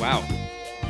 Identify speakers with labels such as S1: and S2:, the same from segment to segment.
S1: Wow,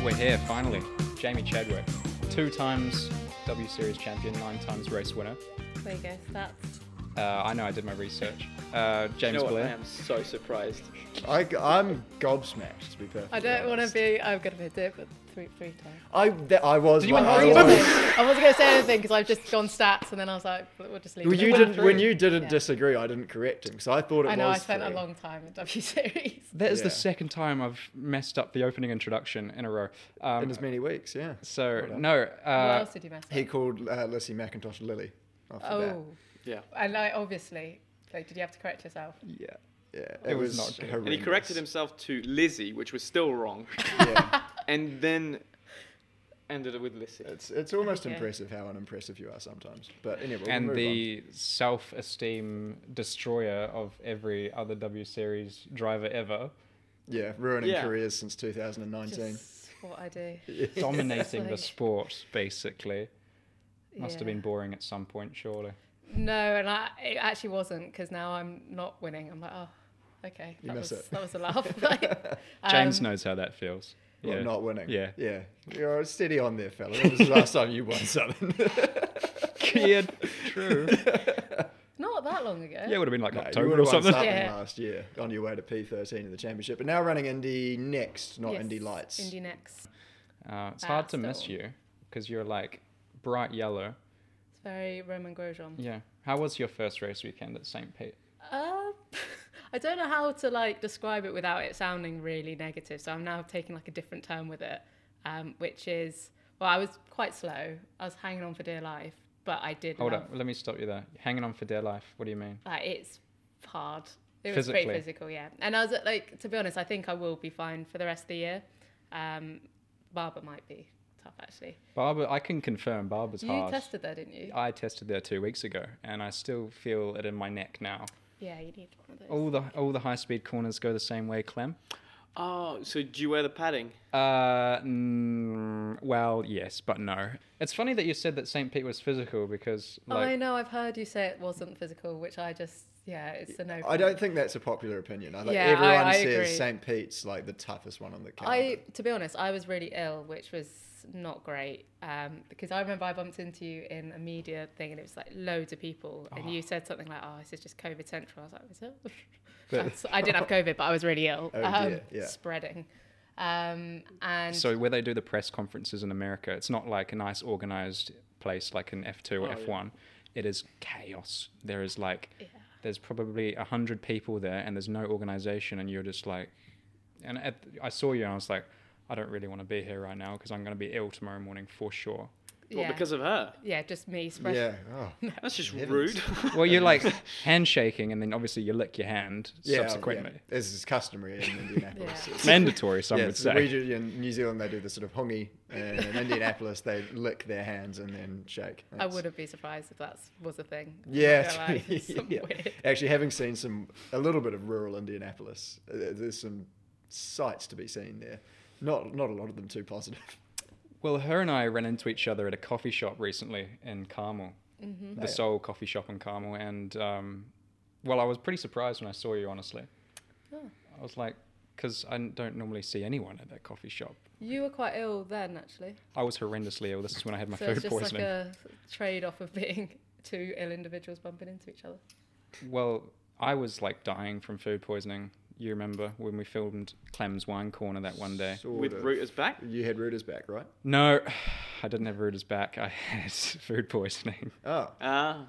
S1: we're here finally. Jamie Chadwick, two times W Series champion, nine times race winner.
S2: There you go. That's
S1: Uh, I know I did my research. Uh, James
S3: you know what? I
S1: Blair.
S3: am so surprised.
S4: I, am gobsmacked, to be perfect.
S2: I don't want to be. I've got to admit it, but three, three times.
S4: I, that, I was.
S1: Did you win
S4: like, I
S1: three
S4: was-
S1: times?
S2: I wasn't going to say anything because I've just gone stats, and then I was like, "Well, we'll just leave.
S4: Well,
S2: it
S4: you
S2: at
S4: didn't,
S2: three."
S4: when you didn't
S2: Yeah.
S4: disagree, I didn't correct him because I thought it
S2: I know. I
S4: was.
S2: spent a
S4: three.
S2: long time at W Series.
S1: That is the
S4: Yeah.
S1: second time I've messed up the opening introduction in a row.
S4: in
S1: Um,
S4: as many weeks. Yeah.
S1: so
S4: Well done.
S1: no,
S2: what
S1: uh,
S2: else did you mess up?
S4: He called uh, Lissy McIntosh Lily. After
S2: oh,
S3: Yeah.
S2: and I obviously. Like, did you have to correct yourself?
S1: yeah,
S4: that. yeah, it,
S1: It was not good. And
S4: was,
S1: he
S4: horrendous.
S3: And he corrected himself to Lizzie, which was still wrong,
S4: Yeah,
S3: and then ended it with Lizzie.
S4: it's it's almost
S2: Yeah.
S4: impressive how unimpressive you are sometimes. But anyway, we'll
S1: and
S4: move
S1: the self-esteem destroyer of every other W Series driver ever,
S4: on. yeah, ruining
S3: Yeah.
S4: careers since 2019.
S2: Just what I do.
S1: dominating the
S2: Like-
S1: sport basically. Must have
S2: Yeah.
S1: been boring at some point, surely.
S2: No, and I it actually wasn't because now I'm not winning. I'm like, oh, okay.
S4: You
S2: that
S4: miss
S2: was
S4: it.
S2: that was a laugh. Like,
S1: James
S2: um,
S1: knows how that feels.
S4: Well,
S1: yeah.
S4: not winning.
S1: Yeah.
S4: yeah. You're steady on there, fella. This is the last time you won something.
S1: yeah, true.
S2: Not that long ago.
S1: Yeah, it would have been like
S4: No, you
S1: October
S4: would've
S1: or
S4: won
S1: something.
S2: Yeah.
S4: last year on your way to P13 of the championship, but now running Indy next, not
S2: Yes,
S4: Indy Lights.
S2: Indie next.
S1: Uh, it's hard to miss
S2: Bastille.
S1: you because you're like bright yellow.
S2: It's very Roman Grosjean.
S1: Yeah. How was your first race weekend at St. Pete?
S2: Um, I don't know how to like describe it without it sounding really negative. So I'm now taking like a different term with it, um, which is well, I was quite slow. I was hanging on for dear life, but I did.
S1: Hold
S2: love-
S1: up, let me stop you there. Hanging on for dear life. What do you mean?
S2: Like it's hard. It was
S1: Physically.
S2: pretty physical, yeah. And I was at, like, to be honest, I think I will be fine for the rest of the year. Um, Barber might be tough actually.
S1: Barber, I can confirm Barber's
S2: you
S1: hard.
S2: tested there, didn't you?
S1: I tested there two weeks ago, and I still feel it in my neck now.
S2: Yeah, you need one of those.
S1: All the all the high speed corners go the same way, Clem.
S3: Oh, so do you wear the padding?
S1: Uh, mm, well, yes, but no. It's funny that you said that St. Pete was physical because,
S2: Oh, I
S1: like,
S2: know. I've heard you say it wasn't physical, which I just yeah, it's a no.
S4: I
S2: for me.
S4: don't think that's a popular opinion. I think
S2: Yeah, I-
S4: everyone
S2: I agree.
S4: says St. Pete's like the toughest one on the
S2: I,
S4: calendar.
S2: to be honest, I was really ill, which was not great. Um, because I remember I bumped into you in a media thing, and it was like loads of people, and you said something like, "Oh, this is just COVID central." I was like, "Is it?" That's- I did have COVID, but I was really ill,
S4: Oh,
S2: um,
S4: dear, yeah.
S2: spreading. Um, and
S1: so where they do the press conferences in America, it's not like a nice organized place like an F2 or
S3: Oh, yeah.
S1: F1. It is chaos. There is like,
S2: Yeah.
S1: there's probably a hundred people there, and there's no organization, and you're just like, and at, I saw you, and I was like, I don't really want to be here right now because I'm going to be ill tomorrow morning for sure.
S2: yeah,
S3: Well, because of her.
S2: yeah, just me spreading.
S4: yeah. Oh.
S3: That's just
S4: Heavens.
S3: rude.
S1: Well, you're like handshaking, and then obviously you lick your hand
S4: Yeah,
S1: subsequently.
S4: yeah. This is customary in Indianapolis.
S2: Yeah.
S4: It's-
S1: Mandatory, some
S4: yeah,
S1: would
S4: it's the
S1: say.
S4: way you- in New Zealand they do the sort of hongi, and in Indianapolis they lick their hands and then shake.
S2: I
S4: That's-
S2: wouldn't be surprised if that was a thing. I'm not gonna
S4: Yeah,
S2: lie, it's some
S4: yeah.
S2: weird-
S4: Actually, having seen some a little bit of rural Indianapolis, uh, there's some sights to be seen there. Not not a lot of them too positive.
S1: Well, her and I ran into each other at a coffee shop recently in Carmel, the
S2: Mm-hmm.
S4: Oh, yeah.
S1: Soul Coffee Shop in Carmel, and um, well, I was pretty surprised when I saw you. Honestly,
S2: Oh.
S1: I was like, because I n- don't normally see anyone at that coffee shop.
S2: You were quite ill then, actually.
S1: I was horrendously ill. This is when I had my
S2: so
S1: food
S2: it's just
S1: poisoning.
S2: like a trade off of being two ill individuals bumping into each other.
S1: Well, I was like dying from food poisoning. You remember when we filmed Clem's Wine Corner that one day?
S4: Sort
S3: with
S4: of.
S3: Rooter's back.
S4: You had rooters back, right?
S1: No, I didn't have Rooter's back. I had food poisoning.
S4: Oh,
S3: Ah,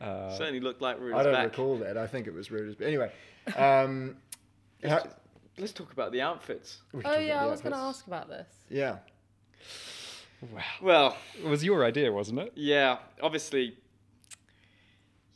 S1: Uh,
S3: certainly looked like Rooter's
S4: I don't
S3: back.
S4: recall that. I think it was rooters. But anyway, um, how-
S3: Let's talk about the outfits.
S2: Oh
S4: we talked
S2: yeah, I
S4: about
S2: was going to
S4: outfits.
S2: ask about this.
S4: Yeah,
S1: wow.
S3: Well,
S1: It was your idea, wasn't it?
S3: yeah. Obviously,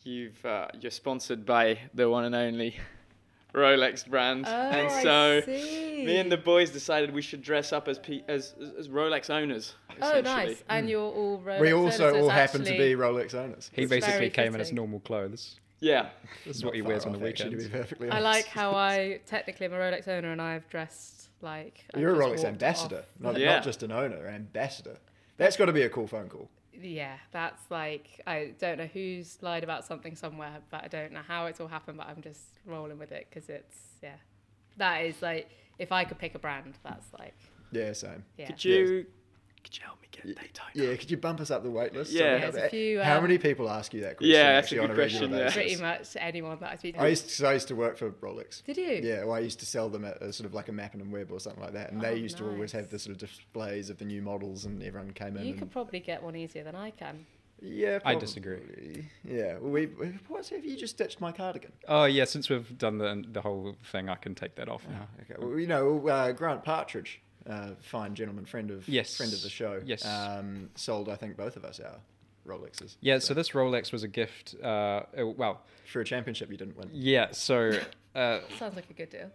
S3: you've uh, you're sponsored by the one and only Rolex brand,
S2: Oh,
S3: and
S2: I
S3: so
S2: see.
S3: me and the boys decided we should dress up as P- as, as as Rolex owners.
S2: oh
S3: essentially.
S2: nice, and you're all Rolex
S4: Hmm. we also
S2: owners,
S4: all
S2: so it's
S4: happen to
S2: actually-
S4: be Rolex owners.
S1: He
S2: It's
S1: basically
S2: very
S1: came in as
S2: fitting.
S1: normal clothes.
S3: Yeah.
S1: This is
S4: Not
S1: what he
S4: far
S1: wears on the
S4: off, actually,
S1: weekends.
S4: to be perfectly
S2: I
S4: honest.
S2: like how I technically am a Rolex owner and I've dressed like I've
S4: You're a
S2: just
S4: Rolex
S2: walked
S4: ambassador,
S2: off.
S4: not,
S3: Yeah.
S4: not just an owner, ambassador. That's got to be a cool phone call.
S2: Yeah, that's like I don't know who's lied about something somewhere, but I don't know how it's all happened. But I'm just rolling with it because it's yeah. That is like if I could pick a brand, that's like
S4: Yeah, same.
S2: yeah.
S3: Could you? Could you help me get
S4: Y-
S3: Daytona?
S4: Yeah, could you bump us up the wait list?
S3: Yeah.
S2: There's a few,
S4: How
S2: um,
S4: many people ask you that question?
S3: Yeah, that's a
S4: actually, on
S3: good
S4: regular
S3: question, yeah.
S4: basis?
S2: Pretty much anyone that I speak to.
S4: I used to, so I used to work for Rolex.
S2: Did you?
S4: Yeah, well, I used to sell them at a sort of like a map and a web or something like that, and
S2: Oh,
S4: they used to always
S2: nice.
S4: have the sort of displays of the new models, and everyone came in.
S2: You
S4: and,
S2: could probably get one easier than I can.
S4: yeah,
S1: I disagree.
S4: probably. Yeah, well, we, we- what have you just stitched my cardigan?
S1: Oh yeah, since we've done the the whole thing, I can take that off now.
S4: Okay, well, you know uh, Grant Partridge, uh, fine gentleman, friend of
S1: Yes.
S4: friend of the show.
S1: Yes.
S4: um, sold I think both of us our Rolexes.
S1: Yeah, so this Rolex was a gift. Uh, uh, well,
S4: for a championship you didn't win.
S1: yeah. So, uh,
S2: Sounds like a good deal.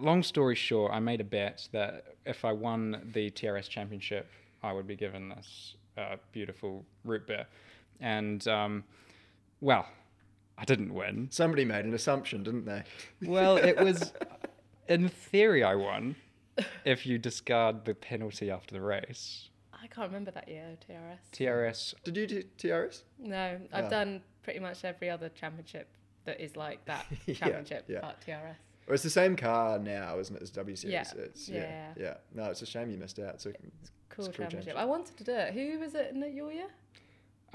S1: long story short, I made a bet that if I won the TRS championship, I would be given this uh, beautiful root beer, and um, well, I didn't win.
S4: Somebody made an assumption, didn't they?
S1: Well, it was in theory I won if you discard the penalty after the race.
S2: I can't remember that year TRS.
S1: TRS.
S4: Did you do TRS?
S2: No, I've
S4: No.
S2: done pretty much every other championship that is like that
S4: Yeah,
S2: championship
S4: yeah.
S2: but TRS.
S4: Well, it's the same car now, isn't it? It's W series.
S2: Yeah,
S4: It's, yeah, yeah.
S2: yeah.
S4: No, it's a shame you missed out. So
S2: Cool
S4: cool
S2: championship.
S4: championship.
S2: I wanted to do it. Who was it in the- your year?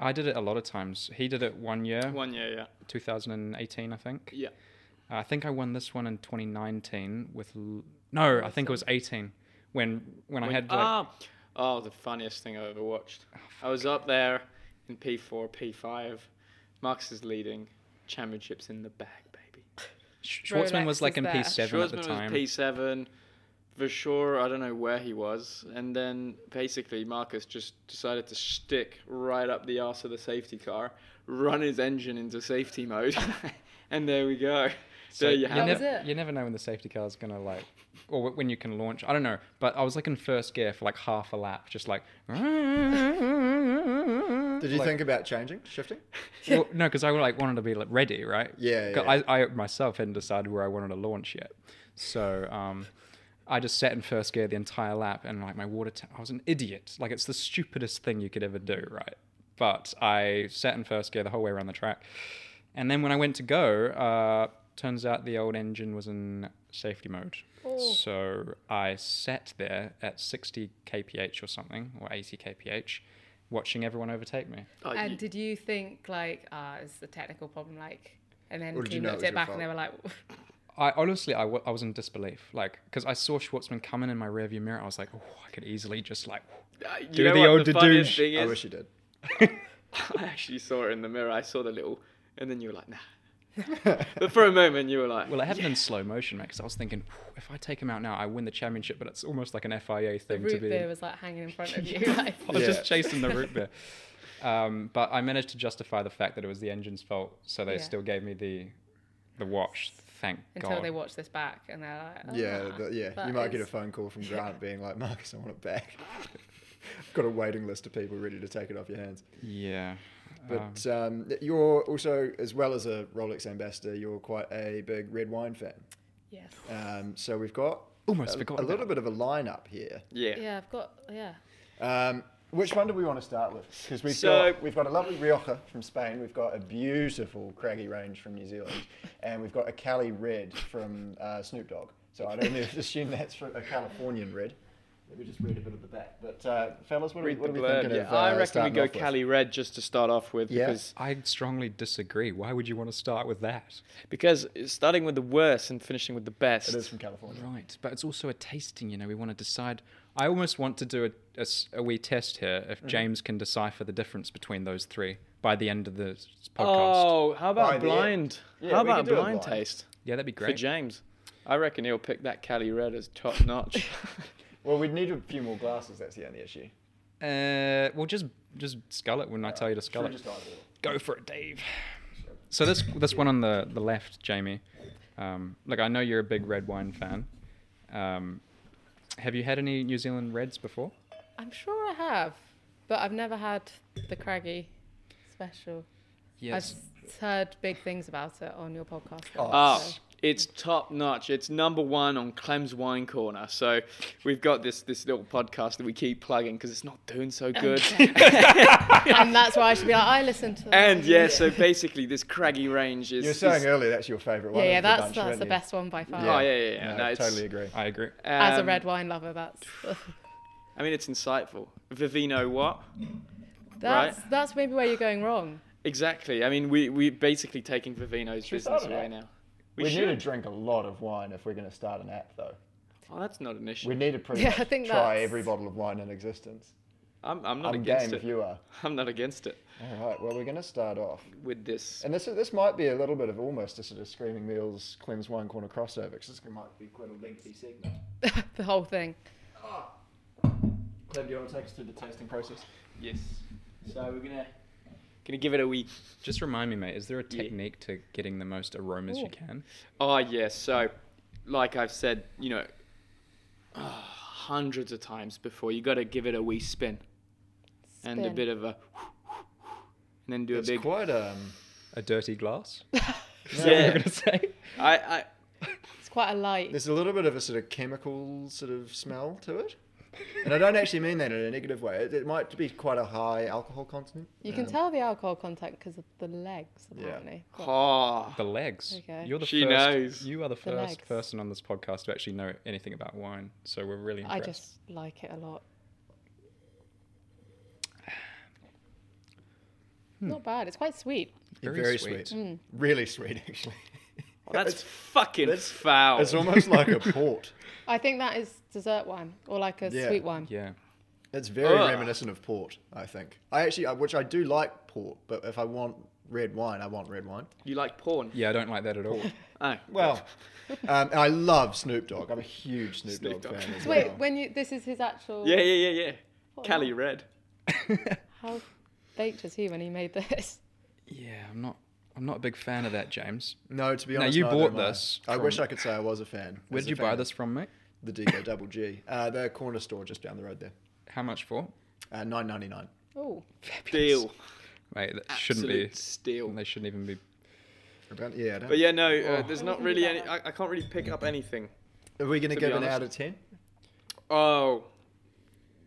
S1: I did it a lot of times. He did it one year,
S3: One year, yeah.
S1: 2018, I think. Uh,
S3: Yeah.
S1: I think I won this one in 2019 with L- no, I think it was 18 when when I
S3: When-
S1: had like
S3: ah, oh, the funniest thing I've ever watched. I was up there in P4, P5. Max is leading. Championships in the bag, baby.
S1: Sch- Schwartzman
S2: Rolex
S1: was like
S2: was
S1: in
S2: there.
S1: P7 at the
S3: Schwarzman
S1: time.
S3: was P7. Vershaw, I don't know where he was. And then basically Marcus just decided to stick right up the arse of the safety car, run his engine into safety mode, and there we go.
S1: So
S3: there you
S1: you,
S3: have
S2: That
S1: nev-
S3: it.
S2: was it.
S1: you never know when the safety car is gonna like, or wh- when you can launch. I don't know, but I was like in first gear for like half a lap, just like.
S4: Did you think about changing, shifting?
S1: well, no, because I like wanted to be like ready, right?
S4: Yeah,
S1: 'Cause
S4: yeah.
S1: I, I myself hadn't decided where I wanted to launch yet, so um, I just sat in first gear the entire lap, and like my water, ta- I was an idiot. Like it's the stupidest thing you could ever do, right? But I sat in first gear the whole way around the track, and then when I went to go, uh, turns out the old engine was in safety mode.
S2: Oh.
S1: So I sat there at 60 kph or something, or 80 kph, watching everyone overtake me.
S3: Oh,
S2: and
S3: you-
S2: did you think like, ah, it's the technical problem, like, and then
S4: Or did you
S2: you
S4: know it
S2: looked
S4: was
S2: it
S4: your
S2: back
S4: fault?
S2: and they were like,
S1: I honestly, I wa- I was in disbelief, like, because I saw Schwartzman coming in my rearview mirror. I was like, oh, I could easily just like,
S3: Uh, you
S1: Do
S3: know
S1: the
S3: what
S1: old
S3: the funniest
S1: dadoosh.
S3: thing
S4: I
S3: is?
S4: wish you did.
S3: I actually saw it in the mirror. I saw the little, and then you were like, nah. but for a moment, you were like,
S1: well, it happened in slow motion, mate. Because I was thinking, "Whew, if I take him out now, I win the championship. But it's almost like an FIA
S2: the
S1: thing to
S2: root
S1: be.
S2: beer was like hanging in front of you. like,
S1: I was
S4: Yeah.
S1: just chasing the root beer. Um, but I managed to justify the fact that it was the engine's fault, so they
S2: Yeah.
S1: still gave me the, the watch. Thank
S2: until
S1: God.
S2: they watch this back and they're like, oh,
S4: yeah, the, yeah. You
S2: that
S4: might get a
S2: is-
S4: phone call from Grant being like, Marcus, I want it back. Got a waiting list of people ready to take it off your hands.
S1: yeah. Um,
S4: But um, you're also, as well as a Rolex ambassador, you're quite a big red wine fan.
S2: Yes.
S4: Um, so we've got
S1: Almost
S4: a,
S1: forgot
S4: a
S1: about
S4: little bit of a lineup here.
S3: yeah.
S2: Yeah, I've got, yeah.
S4: Um, which one do we want to start with? Because we've
S3: So-
S4: got we've got a lovely Rioja from Spain, we've got a beautiful craggy range from New Zealand, and we've got a Cali Red from uh, Snoop Dogg. So I don't know, assume that's from a Californian Red. Let me just read a bit of the back. But uh, fellas, what, are, we-
S3: Read
S4: what
S3: the
S4: are we
S3: blurb.
S4: thinking
S3: Yeah,
S4: of? Uh,
S3: I reckon we
S4: starting
S3: go
S4: off with?
S3: Cali Red just to start off with
S4: Yeah.
S3: because
S1: I strongly disagree. Why would you want to start with that?
S3: because starting with the worst and finishing with the best.
S4: It is from California.
S1: Right, but it's also a tasting. You know, we want to decide. I almost want to do a, a s- a wee test here if
S3: Mm-hmm.
S1: James can decipher the difference between those three by the end of the s- podcast.
S3: Oh, how
S4: By
S3: about
S4: the end.
S3: blind?
S4: Yeah,
S3: how
S4: we can
S3: about
S4: do a
S3: blind,
S4: blind.
S3: taste
S1: Yeah, that'd be
S3: for
S1: great.
S3: James? I reckon he'll pick that Cali Red as top notch.
S4: Well, we'd need a few more glasses. That's the only issue.
S1: Uh, well, just just scull it when I tell you to
S4: Should
S1: scull
S4: we
S1: it.
S4: just eyeball it?
S1: Go for it, Dave. So this this one on the the left, Jamie. Um, look, I know you're a big red wine fan. Um, have you had any New Zealand reds before?
S2: I'm sure I have, but I've never had the Craggy special. I've s- heard big things about it on your podcast.
S4: Oh,
S2: though,
S3: Ah,
S2: so-
S3: it's top notch. It's number one on Clem's Wine Corner. So we've got this this little podcast that we keep plugging because it's not doing so good.
S2: and that's why I should be like, I listen to. That.
S3: and yeah, so basically this craggy range is.
S4: You were saying
S3: is-
S4: earlier that's your favourite
S2: yeah,
S4: one.
S2: yeah,
S4: of the
S2: that's
S4: bunch,
S2: that's
S4: weren't
S2: the
S4: you?
S2: best one by far.
S3: Oh yeah, yeah, yeah.
S4: No,
S3: no,
S4: I
S3: it's-
S4: totally agree.
S1: I agree.
S2: As a
S3: um,
S2: red wine lover, that's
S3: I mean, it's insightful. Vivino, what?
S2: that's that's maybe where you're going wrong.
S3: Exactly. I mean, we we basically taking Vivino's
S4: Should we
S3: business
S4: start it
S3: away
S4: up?
S3: now.
S4: We,
S3: We,
S4: need to
S3: should.
S4: drink a lot of wine if we're going to start an app, though.
S3: Oh, that's not an issue.
S4: We need to pretty
S2: Yeah,
S4: much
S2: I think
S4: try
S2: that's-
S4: every bottle of wine in existence.
S3: I'm I'm not
S4: I'm
S3: against
S4: game if
S3: it.
S4: you are.
S3: I'm not against it
S4: All right. Well, we're going to start off,
S3: with this.
S4: and this is, this might be a little bit of almost a sort of screaming meals Clem's wine corner crossover because this might be quite a lengthy segment.
S2: the whole thing.
S4: Clem, do you want to take us through the tasting process?
S3: Yes. So we're gonna gonna give it a wee.
S1: Just remind me, mate, is there a technique to getting the most aromas you can?
S3: Oh yes. So, like I've said, you know, ah, hundreds of times before, you got to give it a wee spin, and a
S2: Spin.
S3: bit of a, and then do
S4: It's
S3: a big.
S4: quite um.
S1: A dirty glass? Is that what you're
S3: yeah.
S1: going to say?
S3: I I
S2: It's quite a light.
S4: There's a little bit of a sort of chemical sort of smell to it, and I don't actually mean that in a negative way. It, it might be quite a high alcohol content.
S2: you can tell the alcohol content because of the legs,
S4: um, Yeah.
S2: apparently.
S3: oh.
S1: The legs.
S2: Okay.
S1: You're the
S3: She
S1: first,
S3: knows.
S1: You are the first
S2: legs.
S1: person on this podcast to actually know anything about wine, so we're really
S2: I
S1: impressed.
S2: just like it a lot.
S1: Hmm.
S2: Not bad. It's quite sweet.
S4: Very,
S1: Very
S4: sweet,
S1: sweet.
S2: Mm.
S4: really sweet actually.
S3: That's fucking
S4: that's-
S3: foul.
S4: It's almost like a port.
S2: I think that is dessert wine or like a
S4: Yeah.
S2: sweet wine.
S1: Yeah.
S4: It's very
S3: Ugh.
S4: reminiscent of port, I think. I actually, I- which I do like port, but if I want red wine, I want red wine.
S3: you like porn?
S1: Yeah, I don't like that at all.
S3: Oh.
S4: Well, um, and I love Snoop Dogg. I'm a huge Snoop,
S3: Snoop
S4: Dogg
S3: Dogg.
S4: fan. As
S2: So wait,
S4: well.
S2: when you this is his actual
S3: Yeah, yeah, yeah, yeah.
S2: What
S3: Cali
S2: about-
S3: Red.
S2: how baked was he when he made this?
S1: yeah, I'm not I'm not a big fan of that, James.
S4: no, to be
S1: Now,
S4: honest,
S1: you
S4: neither
S1: bought
S4: am I.
S1: this
S4: I wish
S1: from-
S4: I could say I was a fan.
S1: Where
S4: As
S1: did
S4: a
S1: you buy
S4: fan,
S1: this from, mate?
S4: The Digo Double G, uh, the corner store just down the road there,
S1: How much for?
S4: uh, nine ninety nine.
S2: Oh.
S3: Deal.
S1: Mate, that
S3: Absolute
S1: shouldn't be.
S3: Steal.
S1: They shouldn't even be.
S4: About yeah. I don't-
S3: But yeah, no, uh, there's not
S2: Anything
S3: really
S2: about
S3: any.
S2: that?
S3: I, I can't really pick up anything.
S4: Are we going
S3: to
S4: to
S3: be
S4: give an
S3: honest-
S4: out of ten?
S3: Oh,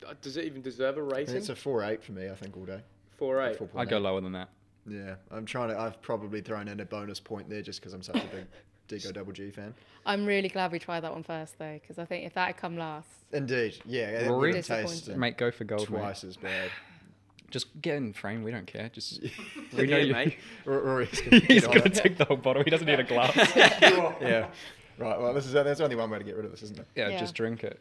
S3: Uh, does it even deserve a rating?
S4: It's a four eight for me, I think, all day.
S3: Four eight.
S4: Four
S1: I
S4: point
S1: go
S4: eight.
S1: lower than that.
S4: Yeah, I'm trying to. I've probably thrown in a bonus point there just because I'm such a big Digo Double G fan.
S2: I'm really glad we tried that one first though, because I think if that had come last,
S4: Indeed, yeah. It
S1: Rory?
S4: would taste
S2: Disappointing.
S1: Mate, go for gold. Mate.
S4: twice as bad.
S1: Just get in frame. We don't care. Just
S3: Yeah,
S1: we know you.
S3: mate.
S4: R- Rory's gonna
S1: He's
S4: get on
S1: gonna
S4: it.
S1: take the whole bottle. He doesn't need a glass. yeah,
S4: Yeah. Right. Well, this is there's only one way to get rid of this, isn't it?
S2: Yeah.
S1: just drink it.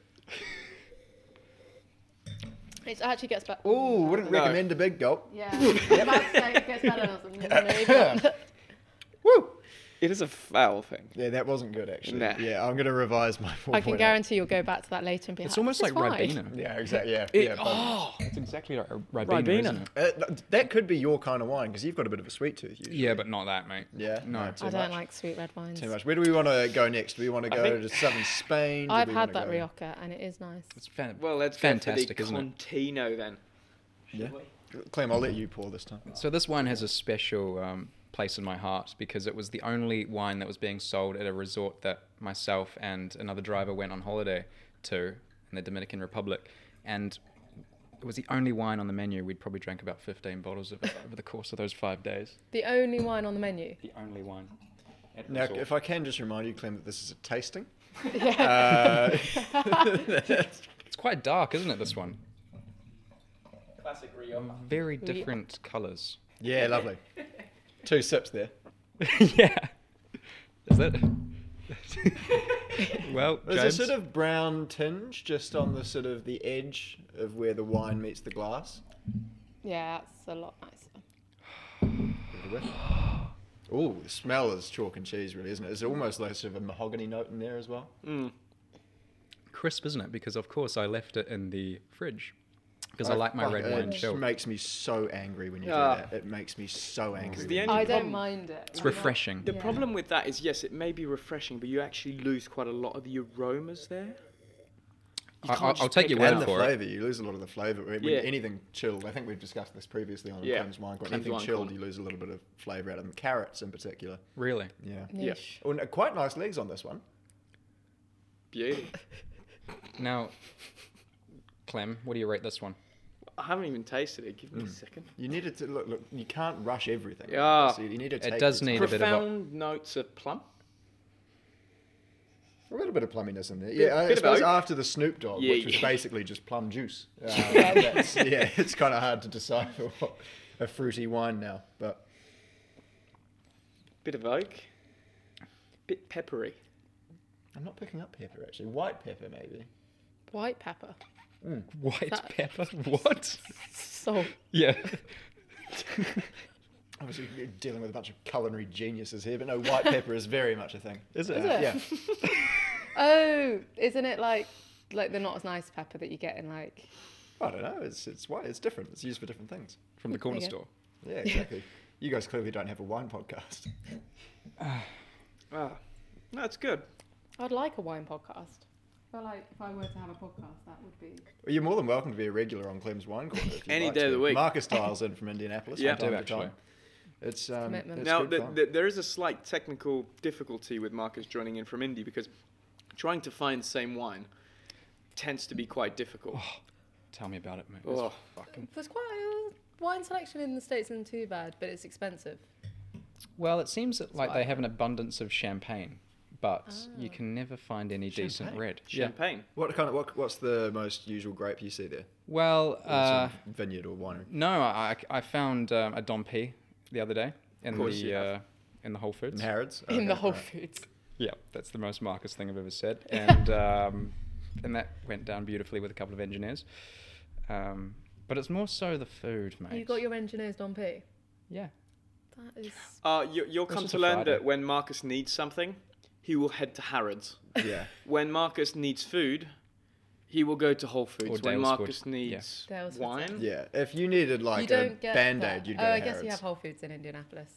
S2: it actually gets better.
S4: Ooh, wouldn't
S3: No.
S4: recommend a big gulp.
S2: Yeah. I'm about to say it gets better. and I was like, mm, maybe not.
S4: Woo.
S3: It is a foul thing.
S4: Yeah, that wasn't good actually.
S3: Nah.
S4: Yeah, I'm gonna revise my four.
S2: I can guarantee you'll go back to that later and be like,
S1: It's almost
S2: "This
S1: like
S2: is fine."
S1: Ribena.
S4: Yeah, exactly. Yeah, yeah. but-
S3: oh,
S1: It's exactly like Ribena.
S3: Ribena.
S1: isn't it?
S4: Uh, th- that could be your kind of wine because you've got a bit of a sweet tooth. Usually.
S1: Yeah, but not that, mate.
S4: Yeah.
S1: No.
S4: too
S2: I don't
S4: much.
S2: like sweet red wines.
S4: Too much. Where do we want to go next? Do we want to go
S3: think-
S4: to southern Spain? Do
S2: I've
S4: we
S2: had
S4: wanna
S2: that
S4: go-
S2: Rioja and it is nice.
S1: It's fan-
S3: well, let's
S1: fantastic,
S3: go for the
S1: isn't it?
S3: Contino then.
S4: Yeah. Clem, I'll let you pour this time.
S1: So this wine has a special um, place in my heart because it was the only wine that was being sold at a resort that myself and another driver went on holiday to in the Dominican Republic, and it was the only wine on the menu. We'd probably drank about fifteen bottles of it over the course of those five days.
S2: The only wine on the menu.
S1: The only wine. at
S4: Now,
S1: resort.
S4: if I can just remind you, Clem, that this is a tasting. Uh,
S1: it's quite dark, isn't it? This one,
S3: Classic Rio.
S1: very different colours.
S4: Yeah, lovely. Two sips there.
S1: yeah, is that? well,
S4: There's
S1: James,
S4: a sort of brown tinge just on the sort of the edge of where the wine meets the glass.
S2: Yeah, that's a lot nicer.
S4: Oh, the smell is chalk and cheese, really, isn't it? It's almost like sort of a mahogany note in there as well.
S3: Hmm.
S1: crisp, isn't it? Because of course I left it in the fridge because I,
S4: Oh,
S1: like my
S4: fuck,
S1: red
S4: it
S1: wine
S4: just
S1: chilled.
S4: makes me so angry when you
S3: Ah.
S4: do that. It makes me so angry.
S3: the
S4: when
S3: only
S4: you
S2: I
S4: do that.
S2: don't
S3: problem-
S2: mind it.
S1: It's refreshing.
S3: The
S2: Yeah.
S3: problem with that is, yes, it may be refreshing, but you actually lose quite a lot of the aromas there.
S1: I- I'll- I'll take your
S4: And
S1: word
S4: the
S1: for it.
S4: flavour, you lose a lot of the flavour. When
S3: Yeah.
S4: anything chilled, I think we've discussed this previously on
S3: Yeah.
S4: Clem's Wine Corner.
S3: Clem's
S4: Anything
S3: Wine
S4: chilled,
S3: Corner.
S4: you lose a little bit of flavour out of them. Carrots in particular.
S1: Really?
S4: Yeah.
S3: Yeah.
S4: Oh, no, quite nice legs on this one.
S3: Beauty.
S1: Now, Clem, what do you rate this one?
S3: I haven't even tasted it. Give me a second.
S4: You needed to look. Look, you can't rush everything.
S3: Yeah.
S4: So you need to
S1: It
S4: take
S1: does
S4: your
S1: need a
S4: time.
S1: bit of a-
S3: Profound notes of plum.
S4: a little bit of plumminess in there.
S3: Bit-
S4: Yeah, I
S3: bit of
S4: suppose
S3: oak.
S4: after the Snoop Dogg,
S3: Yeah,
S4: which was
S3: yeah.
S4: basically just plum juice. Uh, that's- yeah, it's kind of hard to decipher what a fruity wine now, but
S3: Bit of oak. Bit peppery.
S4: I'm not picking up pepper actually. White pepper maybe.
S2: White pepper.
S1: White
S2: That-
S1: pepper? What?
S2: Salt.
S1: Yeah.
S4: Obviously, you're dealing with a bunch of culinary geniuses here, but no, white pepper is very much a thing.
S1: Is
S2: Is
S1: it?
S2: it?
S4: Yeah.
S2: Oh, isn't it like like the not as nice pepper that you get in like
S4: I don't know. It's it's white. It's different. It's used for different things.
S1: From the corner
S2: Okay.
S1: store.
S4: Yeah, exactly. you guys clearly don't have a wine podcast.
S3: Ah, no, it's good.
S2: I'd like a wine podcast. I feel like if I were to have a podcast, that would be.
S4: Well, you're more than welcome to be a regular on Clem's Wine Corner. if you'd
S3: Any
S4: like
S3: day of
S4: to.
S3: the week.
S4: Marcus dials in from Indianapolis.
S3: Yeah.
S4: from time
S1: Do,
S4: to time.
S1: actually.
S4: It's um,
S2: commitment.
S4: it's
S3: now,
S4: good
S3: th
S4: fun.
S3: th there is a slight technical difficulty with Marcus joining in from Indy because trying to find the same wine tends to be quite difficult.
S1: Tell me about it, mate.
S3: Oh,
S2: There's quite a wine selection in the states isn't too bad, but it's expensive.
S1: Well, it seems that, like they
S2: fine.
S1: have an abundance of champagne, but you
S2: Ah.
S1: can never find any decent
S4: Champagne?
S1: red. Yeah.
S3: champagne.
S4: What kind of what, what's the most usual grape you see there?
S1: Well,
S4: Or
S1: uh,
S4: some vineyard or winery.
S1: no, I, I I found um, a Dom P the other day in
S3: course you
S1: the
S3: have.
S1: uh, in the Whole Foods.
S4: In Harrods.
S2: in the
S4: Okay,
S2: Whole
S4: Oh, right.
S2: Foods.
S1: Yeah, that's the most Marcus thing I've ever said, and um, and that went down beautifully with a couple of engineers. Um, but it's more so the food, mate.
S2: You got your engineers, Don P.
S1: yeah.
S2: That is.
S3: Uh, you, you'll
S1: This
S3: come
S1: is
S3: to
S1: a
S3: learn
S1: Friday.
S3: that when Marcus needs something, he will head to Harrods.
S4: Yeah.
S3: When Marcus needs food, he will go to Whole Foods. when
S1: Dale's
S3: Marcus
S1: Food.
S3: needs
S2: Dale's Food's
S3: wine,
S4: Yeah. If you needed like a band aid,
S2: that.
S4: you'd
S2: Oh,
S4: go to
S2: I guess you
S4: Harrods.
S2: have Whole Foods in Indianapolis.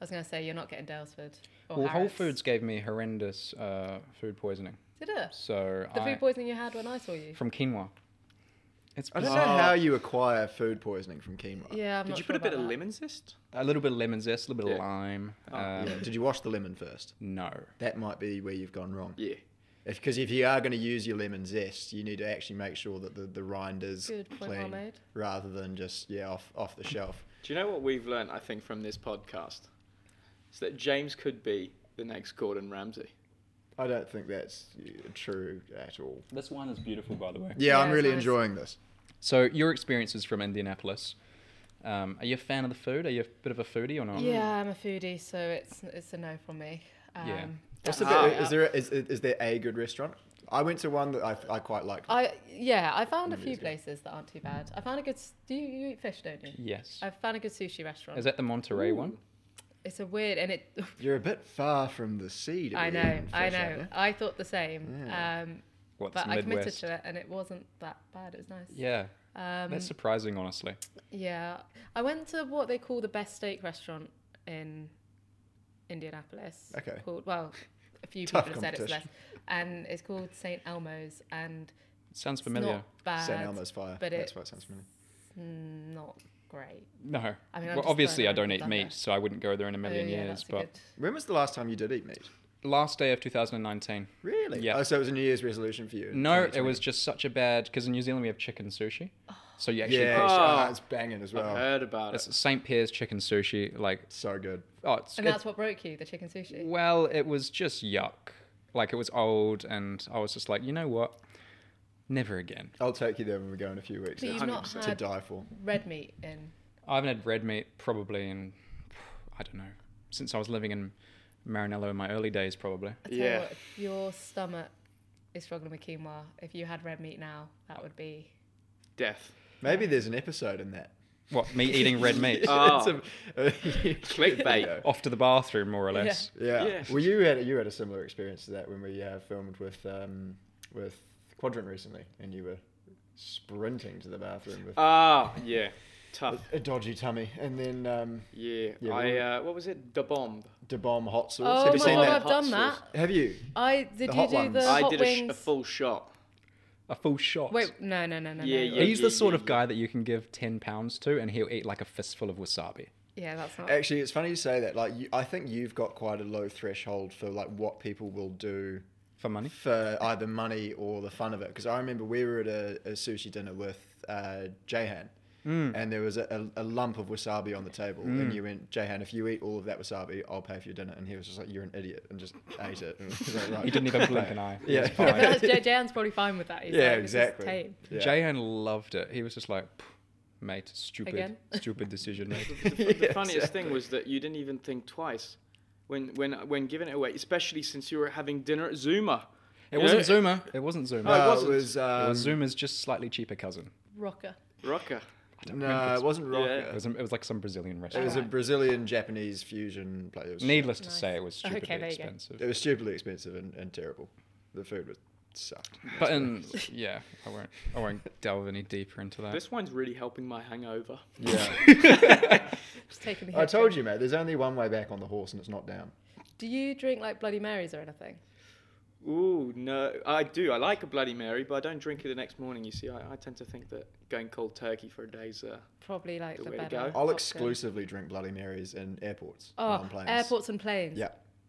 S2: I was gonna say you're not getting Dalesford
S1: Well,
S2: or
S1: Whole
S2: Harrods.
S1: Foods gave me horrendous uh, food poisoning,
S2: Did it?
S1: so
S2: The
S1: I
S2: food poisoning you had when I saw you.
S1: from quinoa. It's
S4: I don't
S1: bizarre.
S4: know
S3: Oh.
S4: how you acquire food poisoning from quinoa.
S2: Yeah, I'm
S3: did
S2: not
S3: you
S2: sure
S3: put a bit
S2: about
S3: of
S2: that.
S3: lemon zest?
S1: a little bit of lemon zest, a little bit
S3: Yeah.
S1: of lime.
S3: Oh,
S1: um,
S4: Yeah. Did you wash the lemon first?
S1: No.
S4: That might be where you've gone wrong.
S3: Yeah.
S4: Because if, you are going to use your lemon zest, you need to actually make sure that the, the rind is
S2: Good point, well
S4: clean,
S2: made.
S4: rather than just yeah off off the shelf.
S3: Do you know what we've learned, I think, from this podcast? Is that James could be the next Gordon Ramsay.
S4: I don't think that's uh, true at all.
S1: This wine is beautiful, by the way.
S4: Yeah,
S2: Yeah,
S4: I'm
S2: it's
S4: really
S2: nice.
S4: enjoying this.
S1: So, your experiences from Indianapolis. Um, are you a fan of the food? Are you a bit of a foodie or not?
S2: Yeah, I'm a foodie, so it's it's a no from me. Um,
S1: Yeah.
S4: What's the
S2: that's
S3: Ah.
S4: bit,
S2: high
S4: is
S2: up.
S4: there is, is there a good restaurant? I went to one that I, I quite liked.
S2: I yeah, I found a few
S4: Amazing.
S2: places that aren't too bad. I found a good. s- Do you, you eat fish, don't you?
S1: Yes.
S2: I found a good sushi restaurant.
S1: Is that the Monterey
S3: Ooh.
S1: one?
S2: It's a weird, and it.
S4: You're a bit far from the sea. To
S2: I
S4: be
S2: know,
S4: eating
S2: I
S4: fish, aren't
S2: know.
S4: you?
S2: I thought the same,
S4: Yeah.
S2: um,
S1: What's
S2: but I committed
S1: Midwest?
S2: to it, and it wasn't that bad. It was nice.
S1: Yeah,
S2: Um,
S1: that's surprising, honestly.
S2: Yeah, I went to what they call the best steak restaurant in Indianapolis.
S4: Okay.
S2: Called well, a few
S4: Tough
S2: people have said it's less,
S4: competition.
S2: and it's called Saint Elmo's, and
S1: It sounds
S2: it's
S1: familiar.
S2: not bad.
S4: San Elmo's fire.
S2: Uh, but
S4: That's
S2: it-
S4: why it sounds familiar.
S2: Mm, Not great.
S1: No.
S2: I mean, I'm
S1: well,
S2: just
S1: obviously,
S2: glad
S1: I don't
S2: haven't
S1: eat
S2: done
S1: meat,
S2: that.
S1: so I wouldn't go there in a million
S2: Oh, yeah,
S1: years.
S2: that's a
S1: But
S2: good-
S4: When was the last time you did eat meat?
S1: last day of 2019.
S4: Really?
S1: Yeah.
S4: Oh, so it was a New Year's resolution for you. in
S1: No, it was
S4: 2020.
S1: just such a bad because in New Zealand we have chicken sushi, so you actually
S4: yeah,
S1: pay-
S4: it's-
S3: Oh.
S4: oh, it's banging as
S3: I've
S4: well.
S3: heard about it.
S1: it's St. Pierre's chicken sushi. Like,
S4: So good.
S1: oh, it's,
S2: And
S1: it-
S2: that's what broke you, the chicken sushi.
S1: well, it was just yuck. Like it was old, and I was just like, you know what? Never again.
S4: I'll take you there when we go in a few weeks.
S2: But
S4: It's
S2: you've not
S4: to
S2: had
S4: die for.
S2: red meat in.
S1: I haven't had red meat probably in, I don't know, since I was living in Maranello in my early days, probably.
S2: I tell you
S3: Yeah.
S2: what, if your stomach is struggling with quinoa, if you had red meat now, that would be.
S3: Death.
S4: Maybe there's an episode in that.
S1: What, me eating red meat?
S3: Oh.
S4: It's a-
S3: Clickbait.
S1: Off to the bathroom, more or less.
S4: Yeah.
S3: Yeah.
S4: Well, you had you had a similar experience to that when we uh, filmed with um, with Quadrant recently, and you were sprinting to the bathroom with
S3: Ah, yeah. Tough.
S4: a dodgy tummy, and then um,
S3: Yeah.
S4: Yeah,
S3: I,
S4: we-
S3: uh, what was it? The bomb.
S4: De Bomb hot sauce.
S2: Oh
S4: have you
S2: my
S4: seen
S2: god,
S4: that?
S2: I've done
S3: Hot
S2: that.
S3: sauce.
S4: Have you?
S2: I did
S4: The
S2: you
S4: hot
S2: do
S4: ones.
S2: the
S3: I
S2: hot
S3: did a, sh-
S2: wings?
S3: a full shot.
S1: a full shot.
S2: Wait, no, no, no, no.
S3: Yeah,
S2: no.
S3: yeah.
S1: He's the sort of guy that you can give ten pounds to, and he'll eat like a fistful of wasabi.
S2: Yeah, that's not.
S4: Actually, it's funny you say that. Like, you, I think you've got quite a low threshold for like what people will do
S1: For money?
S4: for either money or the fun of it. Because I remember we were at a, a sushi dinner with uh, Jahan,
S1: Mm.
S4: and there was a, a, a lump of wasabi on the table, and you went, Jahan, if you eat all of that wasabi, I'll pay for your dinner. And he was just like, you're an idiot, and just ate it. And he's like, right.
S1: He didn't even blink an eye. He
S4: Yeah.
S1: was
S2: Yeah, but
S1: fine.
S2: that's, J- Jan's probably fine with that. He's
S4: Yeah,
S2: like, this is
S4: exactly.
S2: tame.
S4: Yeah.
S1: Jahan loved it. He was just like, "Pff, mate, stupid,
S2: Again?
S1: stupid decision made.
S3: The, the
S4: Yeah,
S3: funniest thing was that you didn't even think twice when when when giving it away, especially since you were having dinner at Zuma.
S1: It
S3: You know,
S1: wasn't Zuma. It wasn't Zuma.
S3: Oh, it
S4: No,
S3: wasn't.
S4: was.
S1: it
S4: Um,
S1: was uh, Zuma's just slightly cheaper cousin.
S2: Rocker.
S3: Rocker.
S4: No, it wasn't Rocker.
S1: It was, it was like some Brazilian
S4: It
S1: restaurant.
S4: was a Brazilian Japanese fusion place. It was,
S1: Needless to
S2: Nice.
S1: say, it was
S2: Okay,
S1: stupidly
S2: there you go.
S1: expensive.
S4: It was stupidly expensive and, and terrible. The food was sucked.
S1: But in, yeah, I won't. I won't delve any deeper into that.
S3: This wine's really helping my hangover.
S4: Yeah.
S2: Just taking the
S4: I
S2: head
S4: told
S2: trip.
S4: you, mate. There's only one way back on the horse, and it's not down.
S2: Do you drink like Bloody Marys or anything?
S3: Ooh, no, I do. I like a Bloody Mary, but I don't drink it the next morning. You see, I, I tend to think that going cold turkey for a day's uh,
S2: Probably like
S3: The
S2: the,
S3: way to
S2: better.
S3: go.
S4: I'll
S2: option.
S4: exclusively drink Bloody Marys in airports. not
S2: Oh,
S4: on planes.
S2: airports and planes.
S4: Yeah,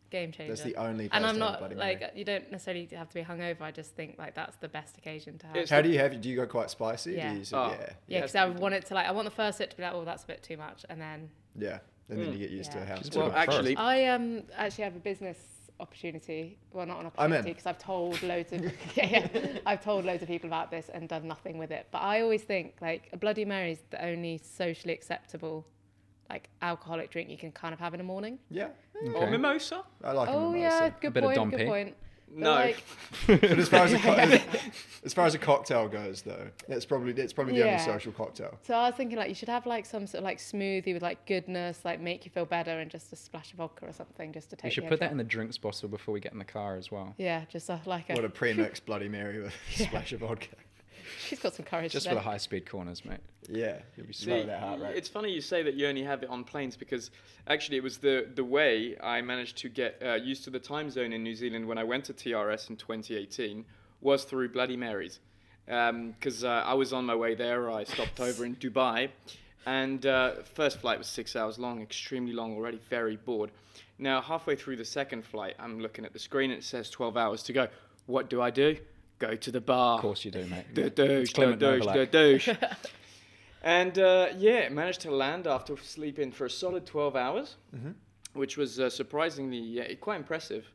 S2: Game changer.
S4: that's the only. Place
S2: and I'm
S4: to have a
S2: not
S4: Bloody
S2: like
S4: Mary.
S2: you don't necessarily have to be hungover. I just think like that's the best occasion to have.
S3: It's-
S4: How do you have? Do you go quite spicy?
S2: Yeah.
S4: Do you,
S3: Oh.
S4: yeah.
S2: yeah,
S3: Yeah,
S2: because I want it to like I want the first sip to be like, oh, that's a bit too much, and then
S4: Yeah. And then you get used to
S2: Mm. Yeah.
S4: how.
S1: Just
S4: it's
S1: Well,
S3: Well,
S1: do
S4: done.
S1: it first.
S3: actually,
S2: I um actually have a business opportunity. Well, not an
S4: I'm in.
S2: opportunity because I've told loads of yeah, yeah, I've told loads of people about this and done nothing with it. But I always think like a Bloody Mary is the only socially acceptable like alcoholic drink you can kind of have in the morning.
S4: yeah,
S3: or
S1: Okay.
S3: mimosa.
S4: I like a
S2: oh
S4: mimosa.
S2: yeah, good
S1: bit of
S2: point.
S1: Dom
S2: Good
S1: P.
S2: point. But,
S3: No,
S2: like,
S4: But as far as, a co- as, as far as a cocktail goes, though, that's probably that's probably the only
S2: Yeah.
S4: social cocktail.
S2: so I was thinking like you should have like some sort of like smoothie with like goodness, like make you feel better, and just a splash of vodka or something just to take.
S1: We should
S2: the
S1: put
S2: edge
S1: that in the drinks bottle before we get in the car as well.
S2: off. Yeah, just uh, like
S4: What
S2: a,
S4: a pre-mixed Bloody Mary with a splash of vodka.
S2: she's got some courage.
S1: Just for
S2: today.
S1: the high speed corners, mate.
S4: Yeah, you'll be
S3: See,
S4: slow that heart rate.
S3: It's funny you say that you only have it on planes because actually it was the, the way I managed to get uh, used to the time zone in New Zealand when I went to TRS in 2018 was through Bloody Marys. Because uh, I was on my way there, I stopped over in Dubai, and uh, first flight was six hours long, extremely long already, very bored. Now, halfway through the second flight, I'm looking at the screen and it says 12 hours to go. What do I do? Go to the bar.
S4: Ah,
S1: Of course you do, mate.
S3: The douche, the
S1: Clement
S3: douche, the
S1: Novalak.
S3: douche. and uh, yeah, managed to land after sleeping for a solid 12 hours,
S1: Mm-hmm.
S3: which was uh, surprisingly yeah, quite impressive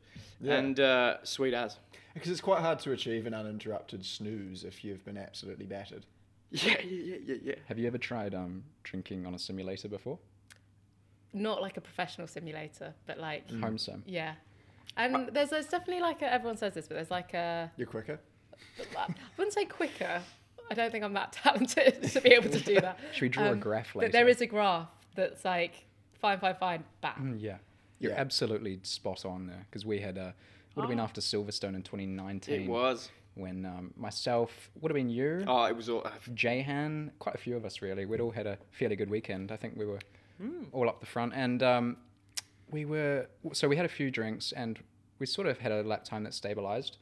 S4: Yeah.
S3: and uh, sweet as.
S4: Because it's quite hard to achieve an uninterrupted snooze if you've been absolutely battered.
S3: Yeah, yeah, yeah, yeah,
S1: Have you ever tried um, drinking on a simulator before?
S2: not like a professional simulator, but like
S4: Mm.
S1: Home sim.
S2: yeah.
S3: Uh,
S2: And there's, there's definitely like a, everyone says this, but there's like a
S4: You're quicker.
S2: I wouldn't say quicker. I don't think I'm that talented to be able to do that.
S1: Should we draw a
S2: Um,
S1: graph later?
S2: But there is a graph that's like fine, fine, fine, bam.
S1: Mm, Yeah. You're
S4: Yeah.
S1: absolutely spot on there because we had a. Would have been after Silverstone in 2019.
S3: It was.
S1: When um, myself, would have been you,
S3: Oh, it was all. Uh,
S1: Jahan, quite a few of us really. We'd all had a fairly good weekend. I think we were all up the front, and um, we were so we had a few drinks, and we sort of had a lap time that stabilised,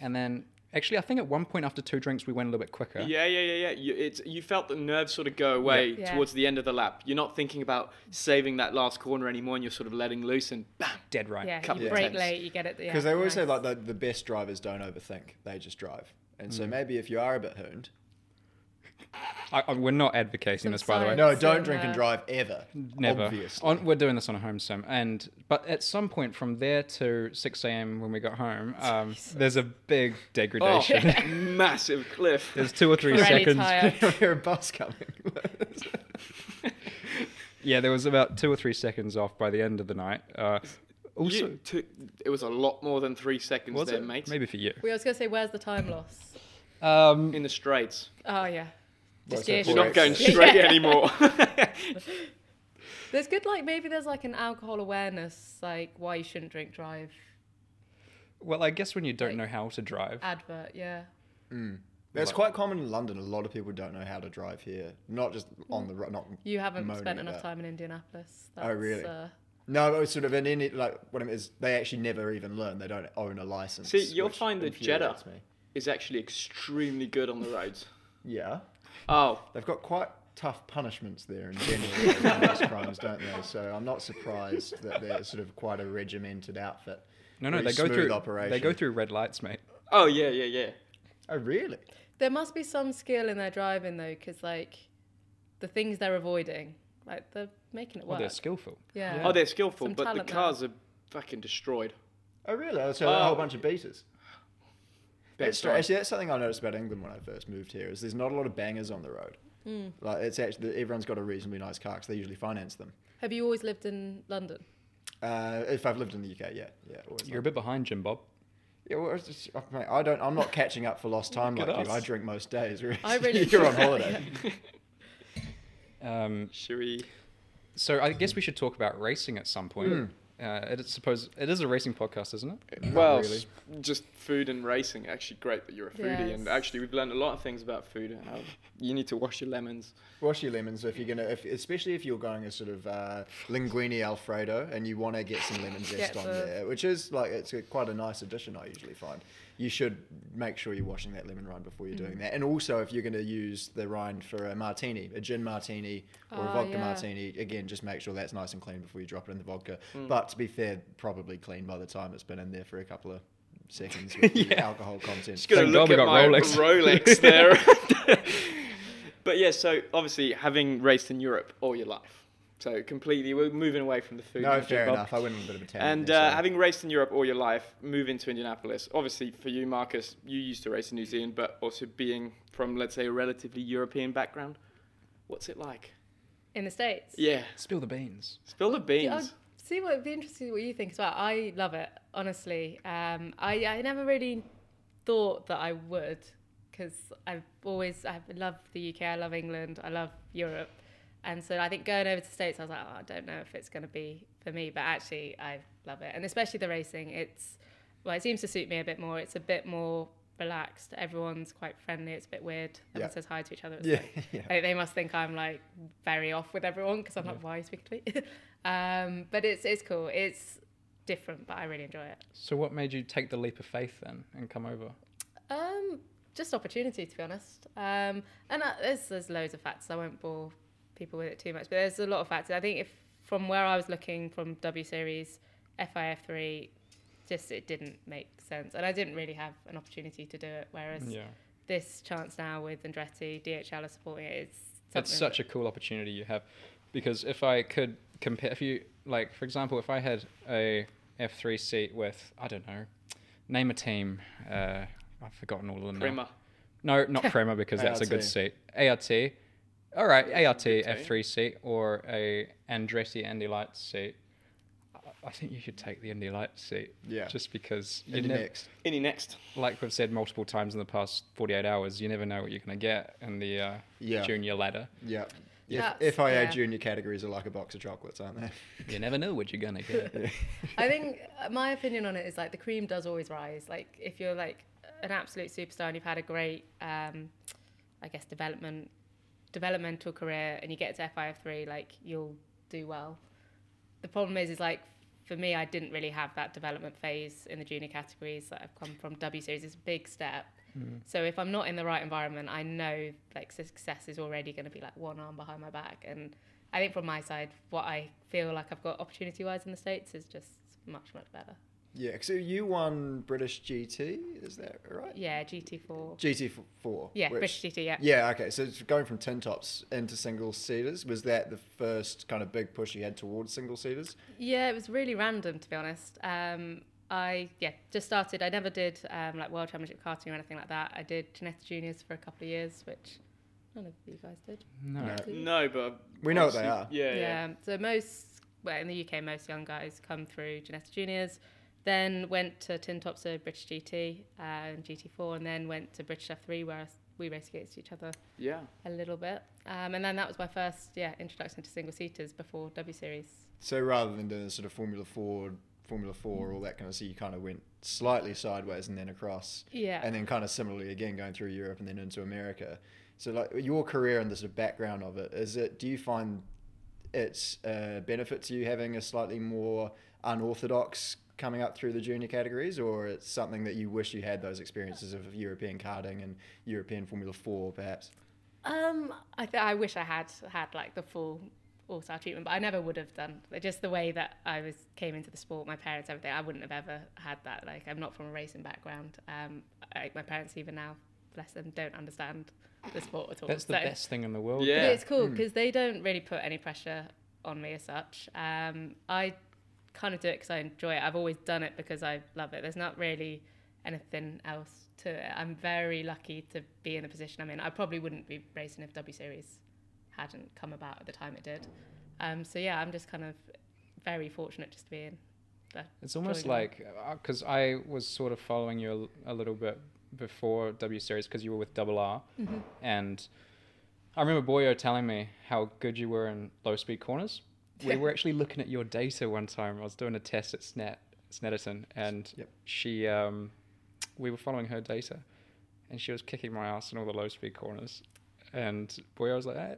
S1: and then actually I think at one point after two drinks we went a little bit quicker.
S3: yeah, yeah, yeah, yeah. You, it's, you felt the nerves sort of go away
S2: Yeah.
S3: towards the end of the lap. You're not thinking about saving that last corner anymore, and you're sort of letting loose and bam.
S1: Dead right.
S2: Yeah,
S3: Couple
S2: you
S3: of
S2: break
S3: attempts.
S2: late, you get it.
S4: Because
S2: yeah,
S4: they always say
S2: nice.
S4: like the, the best drivers don't overthink; they just drive. And
S3: Mm.
S4: so maybe if you are a bit hooned,
S1: I, I, we're not advocating
S2: Some
S1: this by the way.
S2: science.
S4: no,
S2: It's
S4: don't
S2: in
S4: drink and
S2: the-
S4: drive ever.
S1: Never.
S4: Obviously.
S1: On, we're doing this on a home sim, and but at some point from there to 6 a.m. when we got home, um, there's a big
S3: Oh,
S1: degradation.
S3: massive cliff.
S1: There's two or three
S2: Already
S1: seconds.
S2: tired.
S4: you hear a bus coming.
S1: Yeah, there was about two or three seconds off by the end of the night. Uh, also,
S3: You took- it was a lot more than three seconds
S1: was
S3: there,
S1: it?
S3: mate.
S1: Maybe for you.
S2: We was gonna say, where's the time loss?
S1: Um,
S3: In the straights.
S2: Oh yeah.
S4: Well,
S2: Just
S4: it's a
S2: years
S3: You're
S4: four
S2: ago.
S3: not going
S4: exits.
S3: straight anymore.
S2: There's good like maybe there's like an alcohol awareness like why you shouldn't drink drive
S1: well, I guess when you don't
S2: Like-
S1: know how to drive,
S2: advert yeah
S4: That's quite common in London. A lot of people don't know how to drive here. Not just
S2: Mm.
S4: on the ro- not.
S2: you haven't
S4: Moaning
S2: spent enough
S4: about-
S2: time in Indianapolis
S4: Oh, really?
S2: uh,
S4: No, but it's sort of in any like what I mean is they actually never even learn. They don't own a license.
S3: See, you'll
S4: which
S3: find that Jetta
S4: infuriates me.
S3: is actually extremely good on the roads.
S4: Yeah.
S3: Oh,
S4: They've got quite tough punishments there in general for these crimes, don't they? So I'm not surprised that they're sort of quite a regimented outfit.
S1: No, no,
S4: Pretty
S1: they go
S4: smooth
S1: through
S4: operation.
S1: they go through red lights, mate.
S3: oh yeah, yeah, yeah.
S4: Oh, really?
S2: There must be some skill in their driving though, because like the things they're avoiding, like they're making it
S1: Well,
S2: work.
S1: they're skillful.
S2: yeah.
S3: Oh, they're skillful,
S2: Some
S3: but the
S2: talent there.
S3: cars are fucking destroyed.
S4: Oh, really? So a
S3: Oh.
S4: whole bunch of beaters. That's
S3: Backside.
S4: right. Actually, that's something I noticed about England when I first moved here. Is there's not a lot of bangers on the road.
S2: Hmm.
S4: Like it's actually everyone's got a reasonably nice car because they usually finance them.
S2: Have you always lived in London?
S4: Uh, if I've lived in the UK, yeah, yeah. always
S1: You're a
S4: like-
S1: bit behind, Jim Bob.
S4: Yeah, well, it's just- I mean, I don't. I'm not catching up for lost time
S1: Look
S4: like
S1: at
S4: you.
S1: us.
S4: I drink most days.
S2: I really
S4: You're on
S2: should.
S4: holiday.
S1: Um,
S3: Should we?
S1: so I guess we should talk about racing at some point. Uh, it is suppose it is a racing podcast, isn't it?
S3: well,
S4: really.
S3: s- just food and racing. Actually, great that you're a foodie, and
S2: Yes.
S3: actually, we've learned a lot of things about food. and How you need to wash your lemons.
S4: Wash your lemons if you're gonna, if, especially if you're going a sort of uh, linguine alfredo and you want to get some lemon zest
S2: Get
S4: on
S2: the-
S4: there, which is like it's a, quite a nice addition. I usually find you should make sure you're washing that lemon rind before you're
S3: Mm.
S4: doing that, and also if you're going to use the rind for a martini, a gin martini or a
S3: Oh,
S2: Ah,
S4: vodka
S2: yeah.
S4: martini, again just make sure that's nice and clean before you drop it in the vodka.
S3: Mm.
S4: But to be fair, probably clean by the time it's been in there for a couple of seconds with the alcohol content.
S3: Just gonna
S1: Thank God
S3: look
S1: we
S3: at
S1: got
S3: my
S1: Rolex.
S3: Rolex, there. but yeah, so obviously having raced in Europe all your life, so completely we're moving away from the food.
S4: no,
S3: industry,
S4: fair
S3: Bob.
S4: enough. I went on a bit of a tangent.
S3: And
S4: there,
S3: uh,
S4: so-
S3: having raced in Europe all your life, moving to Indianapolis, obviously for you, Marcus, you used to race in New Zealand, but also being from, let's say, a relatively European background, what's it like?
S2: In the States?
S3: Yeah,
S1: Spill the beans.
S3: spill the beans.
S2: Yeah, I'd see what it'd be interesting what you think as well. I love it, honestly. Um, I, I never really thought that I would because I've always I love the UK, I love England, I love Europe, and so I think going over to the States, I was like, oh, I don't know if it's going to be for me, but actually I love it, and especially the racing. It's well, it seems to suit me a bit more. It's a bit more relaxed. Everyone's quite friendly. It's a bit weird. Everyone
S4: Yeah.
S2: says hi to each other. It's
S4: yeah,
S2: like-
S4: yeah.
S2: like, they must think I'm like very off with everyone because I'm like, why are you speaking to me? um, but it's it's cool. It's different, but I really enjoy it.
S1: So what made you take the leap of faith then and come over?
S2: Um, just opportunity, to be honest. Um, and uh, there's there's loads of factors. I won't bore people with it too much, but there's a lot of factors. I think if from where I was looking from W Series, FIF three, just it didn't make sense, and I didn't really have an opportunity to do it. Whereas this chance now with Andretti, DHL are supporting it. It's
S1: It's
S2: something
S1: such a cool opportunity you have because if I could compare, if you like, for example, if I had a F3 seat with, I don't know, name a team, uh, I've forgotten
S4: Oh,
S1: all of them. now.
S3: Prima.
S1: No, not Prema because that's a good
S4: ART.
S1: seat. ART. All right, ART
S3: good team.
S1: F3 seat or a Andretti Indy Lights seat. I- I think you should take the Indy Lights seat.
S4: Yeah.
S1: Just because you
S4: Indy
S1: nev-
S4: next.
S3: Any next?
S1: like we've said multiple times in the past 48 hours, you never know what you're going to get in the uh,
S4: Yeah.
S1: junior ladder.
S4: Yeah.
S2: That's-
S4: If, FIA
S2: yeah.
S4: junior categories are like a box of chocolates, aren't they?
S1: You never know what you're going to get.
S2: I think uh, my opinion on it is like the cream does always rise. Like if you're like an absolute superstar and you've had a great, um, I guess development, developmental career, and you get to FIF three, like you'll do well. The problem is, is like for me, I didn't really have that development phase in the junior categories that I've come from. W series is a big step. So if I'm not in the right environment, I know like success is already going to be like one arm behind my back. And I think from my side, what I feel like I've got opportunity wise in the states is just much much better.
S4: yeah. So you won British GT, is that right?
S2: Yeah, GT four.
S4: GT4.
S2: Yeah,
S4: which-
S2: British GT. Yeah.
S4: Yeah, okay. So it's going from tin tops into single seaters, was that the first kind of big push you had towards single seaters?
S2: Yeah, it was really random to be honest. Um, I yeah just started. I never did um, like World Championship karting or anything like that. I did Janetta Juniors for a couple of years, which none of you guys did.
S1: No.
S4: No.
S2: did you?
S3: No, but
S4: We know what they
S3: obviously- Yeah, yeah.
S2: yeah. So most, well, in the UK, most young guys come through Genetic Juniors, then went to Tin Top, so British GT uh, and GT4, and then went to British F3, where us- we raced against each other
S3: yeah.
S2: a little bit. Um, and then that was my first, yeah, introduction to single seaters before W Series.
S4: So rather than doing sort of Formula 4, Formula 4, all that kind of stuff, you kind of went slightly sideways and then across.
S2: Yeah.
S4: and then kind of similarly again going through Europe and then into America. So like your career and the sort of background of it is it do you find it's a benefit to you having a slightly more unorthodox coming up through the junior categories, or it's something that you wish you had those experiences of European karting and European Formula Four, perhaps?
S2: Um, I th- I wish I had had like the full all star treatment, but I never would have done. But Just the way that I was came into the sport, my parents, everything, I wouldn't have ever had that. Like I'm not from a racing background. Um, like my parents even now, bless them, don't understand the sport at all.
S1: That's the
S2: So-
S1: best thing in the world.
S3: Yeah.
S2: But it's cool because they don't really put any pressure on me as such. Um, I kind of do it because I enjoy it. I've always done it because I love it. There's not really anything else to it. I'm very lucky to be in the position I'm in. I probably wouldn't be racing if W Series hadn't come about at the time it did. Um, so yeah, I'm just kind of very fortunate just to be in. that
S1: It's almost
S2: joining.
S1: like because I was sort of following you a l- a, little bit before W Series because you were with Double R, and I remember Boyo telling me how good you were in low speed corners. We were actually looking at your data one time. I was doing a test at Snet Snetterton, and
S4: Yep.
S1: she, um, we were following her data, and she was kicking my ass in all the low speed corners. And Boyo was like, "Eh,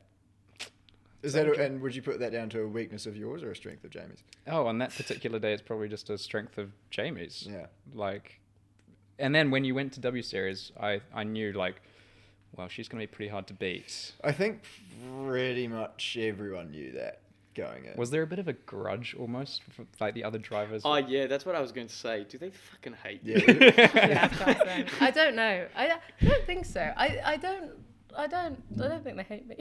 S4: Is that a, and would you put that down to a weakness of yours or a strength of Jamie's?
S1: "Oh, on that particular day, it's probably just a strength of Jamie's."
S4: Yeah.
S1: like and then when you went to W series I I knew like well she's going to be pretty hard to beat.
S4: I think pretty much everyone knew that going in.
S1: Was there a bit of a grudge almost for, like the other drivers?
S3: Oh yeah, that's what I was going to say. Do they fucking hate you?
S4: Yeah.
S2: Yeah, I've tried them. I don't know. I don't think so. I, I don't. I don't. I don't think they hate me.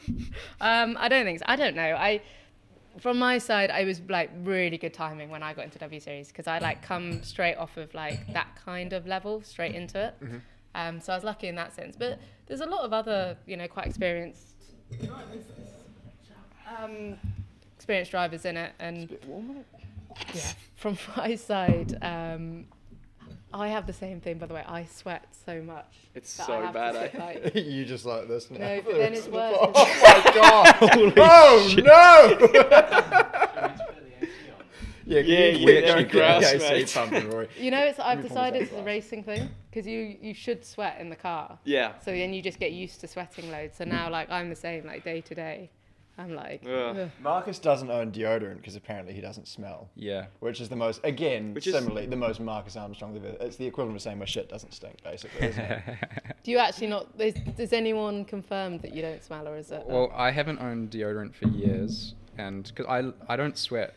S2: um, I don't think so. I don't know. I, from my side, I was like really good timing when I got into W Series because I like come straight off of like that kind of level straight into it. Um, so I was lucky in that sense. But there's a lot of other, you know, quite experienced, um, experienced drivers in it, and yeah, from my side, um, I have the same thing. By the way, I sweat so much.
S3: It's
S2: that I
S3: so
S2: have to
S3: bad,
S2: sit,
S3: eh?
S2: like-
S4: you just like this now.
S2: No, but then it's worse.
S4: Oh my god! oh no! yeah,
S3: Yeah,
S4: you-
S3: yeah,
S4: we
S3: they're
S4: actually
S3: in grass,
S4: did AC
S3: mate.
S4: pumping, Rory.
S2: You know, it's I've
S4: You've almost
S2: decided
S4: had
S2: it's a
S4: class.
S2: racing thing because you you should sweat in the car.
S3: yeah.
S2: So then you just get used to sweating loads. So now, like I'm the same. Like day to day, I'm like.
S3: Ugh.
S2: "Ugh."
S4: Marcus doesn't own deodorant because apparently he doesn't smell.
S1: yeah.
S4: Which is the most, again,
S3: Which is-
S4: similarly, the most Marcus Armstrong. they've ever- It's the equivalent of saying my shit doesn't stink, basically. Isn't it?
S2: Do you actually not? Is, does anyone confirm that you don't smell, or is it? uh,
S1: well, I haven't owned deodorant for years and cuz I I don't sweat.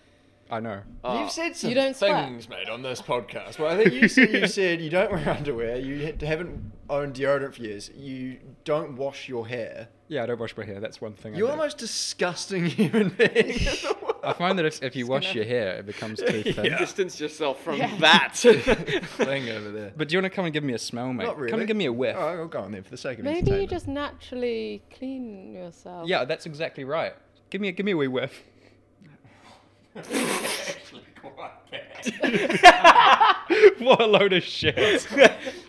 S1: I know.
S3: Oh.
S4: You've said
S2: Ah,
S4: some
S2: You don't sweat.
S4: things, mate, on this podcast. Well, I think you said, you said you don't wear underwear, you ha- haven't owned deodorant for years, you don't wash your hair.
S1: Yeah, I don't wash my hair. That's one thing.
S4: You're
S1: I
S4: the
S1: do.
S4: most disgusting human being in the world.
S1: I find that if, if you
S2: Just
S1: wash
S2: gonna-
S1: your hair, it becomes too thin.
S3: Distance yourself from
S2: Yeah.
S3: that.
S4: thing over there.
S1: But do you want to come and give me a smell, mate?
S4: Not really. Oh,
S1: Come and give me a whiff.
S4: All right, I'll go on then for the sake of
S2: Maybe you
S4: entertainment.
S2: just naturally clean yourself.
S1: Yeah, that's exactly right. Give me a give me a wee whiff. what a load of shit.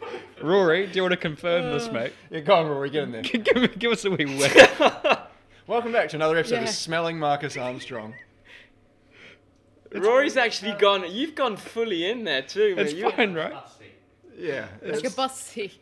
S1: Rory, do you want to confirm this, mate?
S4: Yeah, go on, Rory, get in there.
S1: give, me- give us a wee whiff.
S4: Welcome back to another episode
S2: Yeah.
S4: of Smelling Marcus Armstrong.
S3: Rory's actually gone. You've gone fully in there too, man.
S1: It's
S3: You-
S1: fine, right?
S4: Yeah.
S2: Like a
S4: it's-
S2: bussy.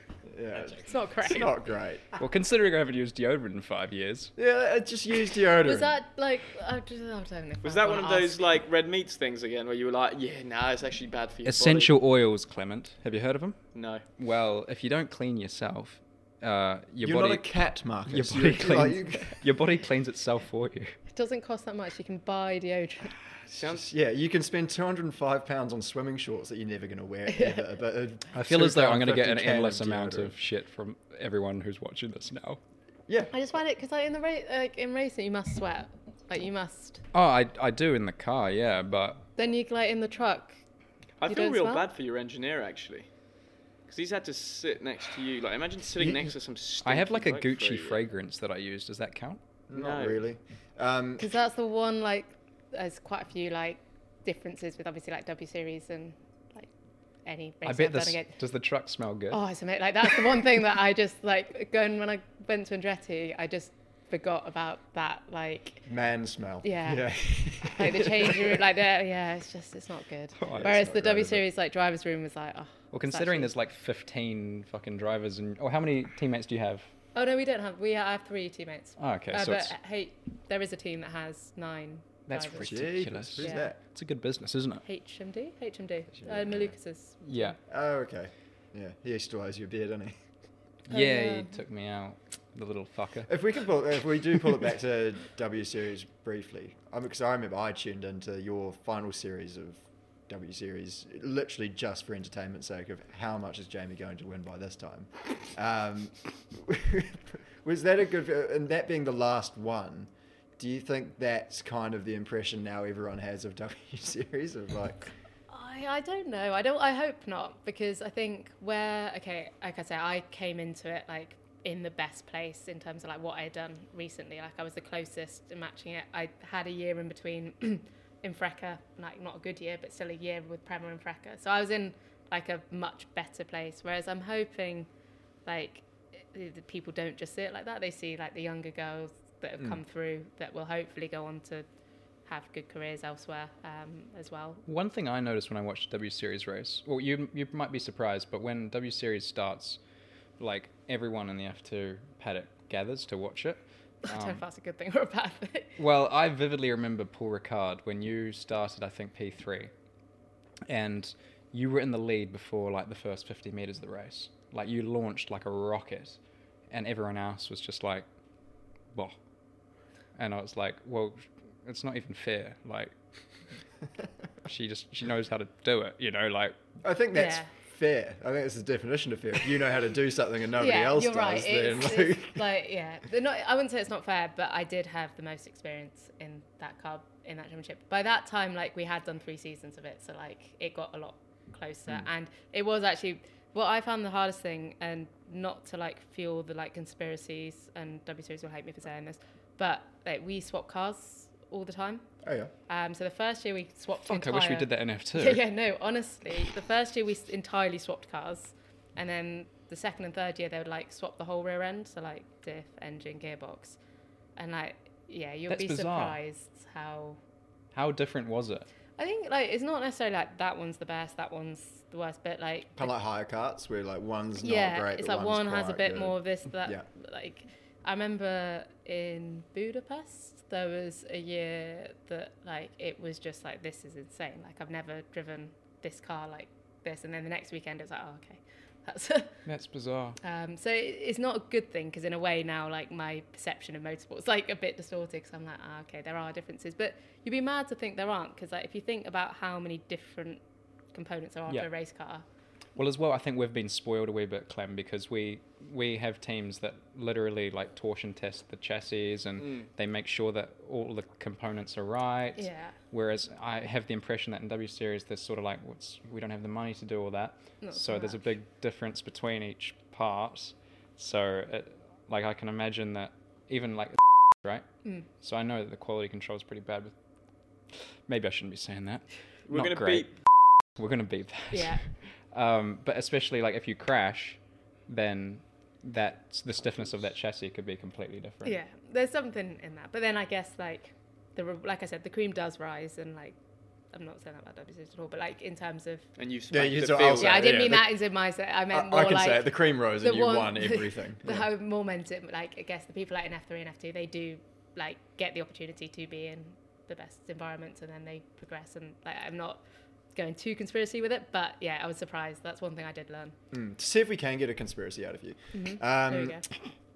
S4: yeah,
S2: It's not correct.
S4: it's not great.
S1: Well, considering I haven't used deodorant in five years.
S4: Yeah, I just use deodorant.
S2: Was that like I just I don't know. if
S3: Was
S2: I
S3: that one of
S2: wanna
S3: those
S2: ask.
S3: like red meats things again, where you were like, yeah, nah, it's actually bad for your body."
S1: Essential oils, Clement. Have you heard of them?
S3: No.
S1: Well, if you don't clean yourself, uh, your
S4: You're
S1: body
S4: not a cat, Marcus.
S1: your body
S4: You're-
S1: cleans
S4: like, you-
S1: your body cleans itself for you.
S2: It doesn't cost that much. You can buy deodorant.
S3: Sounds.
S4: Yeah, you can spend 205 pounds on swimming shorts that you're never going to wear ever. But uh,
S1: I feel as though I'm going to get an
S4: 250 can
S1: endless amount
S4: deodorant.
S1: of shit from everyone who's watching this now.
S4: Yeah.
S2: I just find it because like in the race, like in racing, you must sweat. Like you must.
S1: Oh, I, I do in the car, yeah, but
S2: Then you like in the truck.
S3: I
S2: You
S3: feel
S2: don't
S3: real
S2: smell?
S3: bad for your engineer actually, because he's had to sit next to you. Like, imagine sitting
S4: You-
S3: next to some.
S1: I have like
S3: stinky
S1: a
S3: bloke for
S1: Gucci
S3: a year.
S1: fragrance that I use. Does that count?
S4: Not
S3: No.
S4: really. Um,
S2: Because that's the one like there's quite a few like differences with obviously like W Series and like any race
S1: I bet
S2: I've done
S1: this.
S2: again.
S1: Does the truck smell good?
S2: Oh, it's amazing. Like that's the one thing that I just like going when I went to Andretti, I just forgot about that. Like
S4: man smell.
S2: Yeah.
S4: yeah.
S2: like the change room, like that. Yeah, it's just it's not good.
S1: Oh, it's
S2: Whereas
S4: not
S2: the
S4: great,
S2: W
S4: is it?
S2: Series like driver's room was like, oh.
S1: well,
S2: it's
S1: considering
S2: actually-
S1: there's like 15 fucking drivers and oh, how many teammates do you have?
S2: Oh no, we don't have. We I have three teammates.
S1: Oh, okay,
S2: Uh,
S1: so
S2: but
S1: it's-
S2: hey, there is a team that has nine
S1: That's
S2: drivers.
S4: Jeepers,
S1: ridiculous.
S4: Who's
S2: Yeah.
S4: that?
S1: It's a good business, isn't it?
S2: HMD? HMD.
S4: HMD,
S2: Uh, Malucas's.
S1: Yeah.
S4: Oh, okay. Yeah, he still owes you a beer, doesn't he?
S2: Oh,
S1: yeah,
S2: yeah.
S1: he took me out, the little fucker.
S4: If we can pull, if we do pull it back to W series briefly, because I remember I tuned into your final series of W series literally just for entertainment's sake of how much is Jamie going to win by this time.
S1: uh,
S4: Um, was that a good? And that being the last one, do you think that's kind of the impression now everyone has of W series of like?
S2: I, I don't know. I don't. I hope not because I think where okay, like I say, I came into it like in the best place in terms of like what I had done recently. Like I was the closest in matching it. I had a year in between in Freca, like not a good year, but still a year with Prema and Freca. So I was in like a much better place. Whereas I'm hoping like i- the people don't just see it like that. They see like the younger girls that have
S4: Mm.
S2: come through that will hopefully go on to have good careers elsewhere um, as well
S1: One thing I noticed when I watched the W Series race, well, you you might be surprised, but when W Series starts, like everyone in the F2 paddock gathers to watch it.
S2: I don't know
S1: Um,
S2: if that's a good thing or a bad thing.
S1: Well, I vividly remember Paul Ricard when you started, I think P3, and you were in the lead before like the first 50 meters of the race. Like you launched like a rocket, and everyone else was just like, "Bah," and I was like, "Well, it's not even fair." Like she just she knows how to do it, you know? Like
S4: I think that's
S2: Yeah.
S4: fair. I think that's the definition of fair. If you know how to do something and nobody
S2: yeah,
S4: else
S2: you're
S4: does,
S2: right.
S4: then
S2: It's,
S4: like,
S2: it's like, yeah, They're not, I wouldn't say it's not fair, but I did have the most experience in that car in that championship. By that time, like we had done three seasons of it, so like it got a lot closer,
S1: Hmm.
S2: and it was actually what I found the hardest thing, and not to like fuel the like conspiracies, and W Series will hate me for saying this, but like we swap cars all the time.
S4: oh yeah.
S2: Um, so the first year we swapped.
S1: fuck, I wish we
S2: entire-
S1: did that in F2.
S2: Yeah, yeah, no, honestly. The first year we s- entirely swapped cars. And then the second and third year they would like swap the whole rear end. So like diff, engine, gearbox. And like, yeah, you'll
S1: That's
S2: be
S1: bizarre.
S2: surprised how.
S1: How different was it?
S2: I think like it's not necessarily like that one's the best, that one's the worst, but like.
S4: Kind of like higher carts where like one's
S2: yeah,
S4: not great.
S2: it's
S4: but
S2: like
S4: one's
S2: one has a
S4: quite
S2: bit
S4: good.
S2: more of this, that.
S4: Yeah.
S2: Like, I remember in Budapest there was a year that like it was just like this is insane. Like I've never driven this car like this, and then the next weekend it was like oh okay, that's
S1: That's bizarre.
S2: Um, so it, it's not a good thing because in a way now, like my perception of motorsports, like a bit distorted because I'm like, ah, okay, there are differences, but you'd be mad to think there aren't because like if you think about how many different components there are
S1: Yeah.
S2: to a race car,
S1: Well, as well, I think we've been spoiled a wee bit, Clem, because we we have teams that literally like torsion test the chassis and
S3: Mm.
S1: they make sure that all the components are right.
S2: yeah,
S1: Whereas I have the impression that in W Series, they're sort of like, What's, we don't have the money to do all that.
S2: Not
S1: so
S2: so
S1: there's a
S2: much.
S1: big difference between each part. So, it, like, I can imagine that even like, right?
S2: Mm.
S1: So I know that the quality control is pretty bad. With maybe I shouldn't be saying that.
S3: We're
S1: Not
S3: gonna
S1: great.
S3: beat
S1: We're gonna beep that.
S2: yeah,
S1: Um, but especially like if you crash, then that the stiffness of that chassis could be completely different.
S2: yeah. There's something in that, but then I guess like the re- like I said, the cream does rise, and like I'm not saying that about WCS at all, but like in terms of
S3: and you
S4: Yeah,
S3: smacked
S4: you
S3: the
S4: saw-
S3: field.
S4: Oh, So,
S2: yeah, I didn't
S4: yeah,
S2: mean
S4: the-
S2: that as in myself. I meant
S4: I, I
S2: more
S4: can
S2: like
S4: say it. The cream rose
S2: the
S4: and you
S2: one-
S4: won everything.
S2: the
S4: Yeah.
S2: whole momentum like i guess the people like in f3 and f2 they do like get the opportunity to be in the best environments and then they progress and like i'm not going too conspiracy with it but yeah i was surprised that's one thing i did learn
S4: Mm. To see if we can get a conspiracy out of you.
S2: there we
S4: Um,
S2: go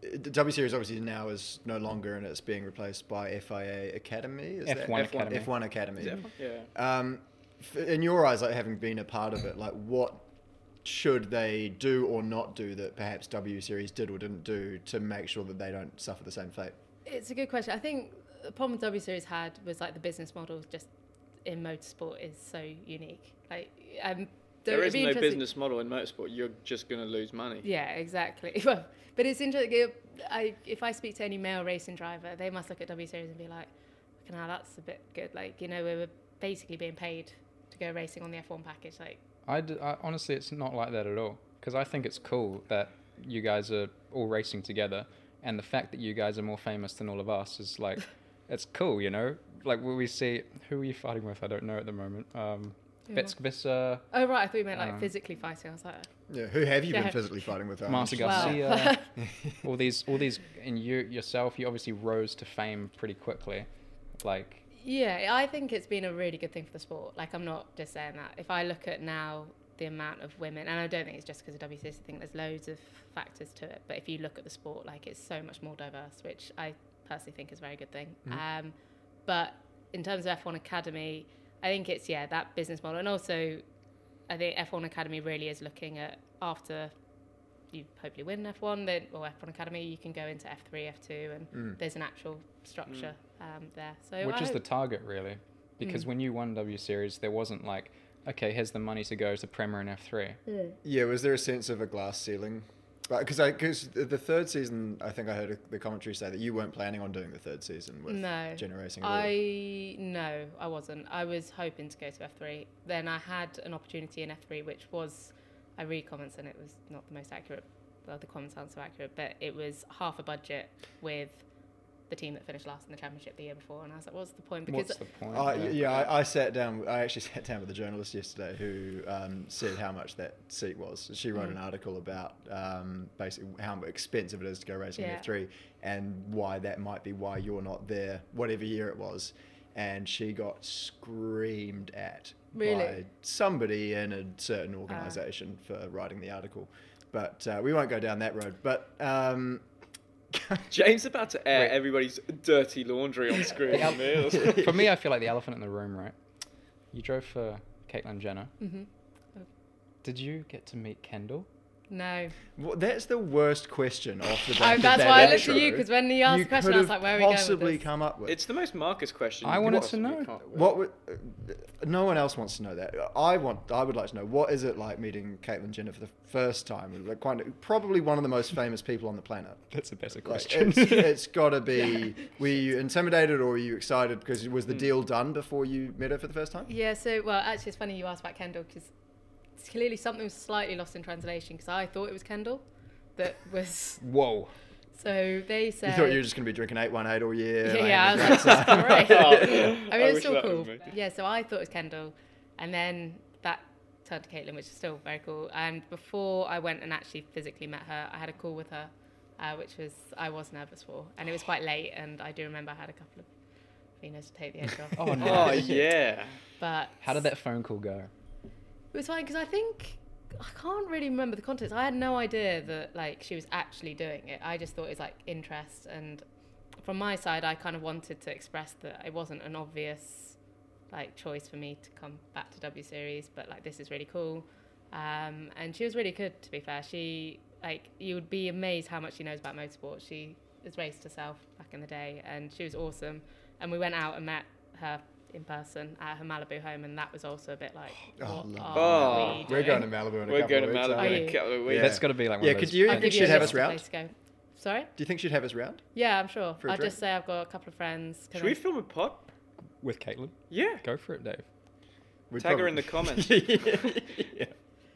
S4: the W Series obviously now is no longer and it's being replaced by FIA Academy. Is that-
S1: F1 Academy.
S4: F1 Academy.
S3: Yeah.
S4: Um, f- in your eyes, like having been a part of it, like what should they do or not do that perhaps W Series did or didn't do to make sure that they don't suffer the same fate?
S2: It's a good question. I think the problem W Series had was like the business model just in motorsport is so unique. Like, um, so
S3: There
S2: it'd
S3: is
S2: be
S3: no
S2: interesting-
S3: business model in motorsport. You're just gonna lose money.
S2: Yeah, exactly. Well, but it's interesting. I, if I speak to any male racing driver, they must look at W Series and be like, "Fucking hell, that's a bit good." Like, you know, we were basically being paid to go racing on the F1 package. Like,
S1: I, d- I honestly, it's not like that at all. Because I think it's cool that you guys are all racing together, and the fact that you guys are more famous than all of us is like, it's cool, you know. Like when we see who are you fighting with? I don't know at the moment. Um,
S2: Who am I?
S1: Betz Visser,
S2: oh right, I thought you meant like
S1: Um,
S2: physically fighting. I was like,
S4: Yeah, who have you
S2: Yeah.
S4: been physically fighting with? um, Owen?
S1: Marta
S2: Wow.
S1: Garcia, all these, all these, and you yourself, you obviously rose to fame pretty quickly. Like
S2: Yeah, I think it's been a really good thing for the sport. Like, I'm not just saying that. If I look at now the amount of women, and I don't think it's just because of WCS, I think there's loads of factors to it. But if you look at the sport, like, it's so much more diverse, which I personally think is a very good thing.
S1: Mhm.
S2: Um, but in terms of F1 Academy, I think it's, yeah, that business model. And also, I think F1 Academy really is looking at after you hopefully win F1, then, or F1 Academy, you can go into F3, F2, and
S4: Mm.
S2: there's an actual structure um, there. So
S1: Hmm. Which
S2: I Mm.
S1: is the
S2: hope-
S1: target, really. Because when you won W Series, there wasn't like, okay, here's the money to go to Premier and F3.
S4: Yeah, was there a sense of a glass ceiling? Because I because the the third season, I think I heard the commentary say that you weren't planning on doing the third season with
S2: No.
S4: Gen Racing. at all.
S2: I no, I wasn't. I was hoping to go to F three. Then I had an opportunity in F three, which was I read comments and it was not the most accurate. Well, the comments aren't so accurate, but it was half a budget with the team that finished last in the championship the year before, and I was like, what's the point? Because
S1: What's the point?
S4: Uh,
S1: yeah.
S4: yeah, I, I sat down. I actually sat down with a journalist yesterday who um, said how much that seat was. She wrote an
S2: Mm.
S4: article about um, basically how expensive it is to go racing in
S2: Yeah.
S4: F3 and why that might be why you're not there, whatever year it was. And she got screamed at
S2: Really? Ah.
S4: by somebody in a certain organisation for writing the article. But uh, we won't go down that road. But um,
S3: James about to air
S1: Wait.
S3: everybody's dirty laundry on screen.
S1: Yeah.
S3: Niels.
S1: for me, I feel like the elephant in the room, right? You drove for Caitlyn Jenner.
S2: Mhm.
S1: Did you get to meet Kendall?
S2: no,
S4: Well, that's the worst question off the
S2: I,
S4: back of
S2: that's
S4: that
S2: why I
S4: intro.
S2: looked at you because when you asked the question, I
S4: could
S2: was
S4: have
S2: like, where are we going? With
S4: possibly
S2: this?
S4: come up with?
S3: it's the most Marcus question.
S1: I
S3: you
S1: wanted
S3: possibly
S1: to know.
S3: can't-
S4: what would, uh, no one else wants to know that. I want. I would like to know what is it like meeting Caitlyn Jenner for the first time. Like, quite, probably one of the most famous people on the planet.
S1: That's a better
S4: Like,
S1: question.
S4: it's, it's got to be. Were you intimidated or were you excited? Because was the
S3: Hmm.
S4: deal done before you met her for the first time?
S2: Yeah, so, well, actually, it's funny you asked about Kendall because clearly something was slightly lost in translation because I thought it was Kendall that was.
S1: Whoa.
S2: So they said.
S4: You thought you were just going to be drinking eight one eight all year.
S2: Yeah,
S4: like,
S2: yeah, I was
S4: and
S2: like,
S4: that's-
S2: that's great. I mean,
S3: Oh, I
S2: it was
S3: wish
S2: still
S3: that was
S2: cool.
S3: me.
S2: Yeah, so I thought it was Kendall, and then that turned to Caitlin, which is still very cool. And before I went and actually physically met her, I had a call with her, uh, which was I was nervous for, and it was quite late. And I do remember I had a couple of Vinos to take the edge off.
S1: Oh, no.
S3: Oh yeah.
S2: But
S1: How did that phone call go?
S2: It was fine because I think I can't really remember the context. I had no idea that like she was actually doing it. I just thought it was like interest, and from my side, I kind of wanted to express that it wasn't an obvious like choice for me to come back to W Series, but like this is really cool. Um, and she was really good, to be fair. She like you would be amazed how much she knows about motorsport. She has raced herself back in the day, and she was awesome. And we went out and met her in person at her Malibu home, and that was also a bit like,
S4: Oh,
S2: what
S4: lovely.
S2: are we
S3: Oh,
S4: We're
S2: doing?
S4: going to Malibu in a
S3: We're
S4: couple
S3: going to
S4: of
S3: Malibu
S4: weeks. aren't we?
S2: Are
S3: in a
S2: you?
S3: couple of weeks.
S4: Yeah.
S1: That's got to be like one
S4: Yeah,
S1: of those.
S4: could you-
S2: I'll
S4: think
S2: give
S4: she'd
S2: you a
S4: have
S2: list
S4: us
S2: of
S4: round?
S2: places to go. Sorry?
S4: Do you think she'd have us round?
S2: Yeah, I'm sure.
S4: For a
S2: I'll
S4: drink?
S2: just say I've got a couple of friends. 'cause
S3: Should we
S2: I'm-
S3: film a pod?
S1: With Caitlin?
S3: Yeah.
S1: Go for it, Dave.
S4: We'd
S3: Tag her in
S4: probably-
S3: the comments.
S4: yeah.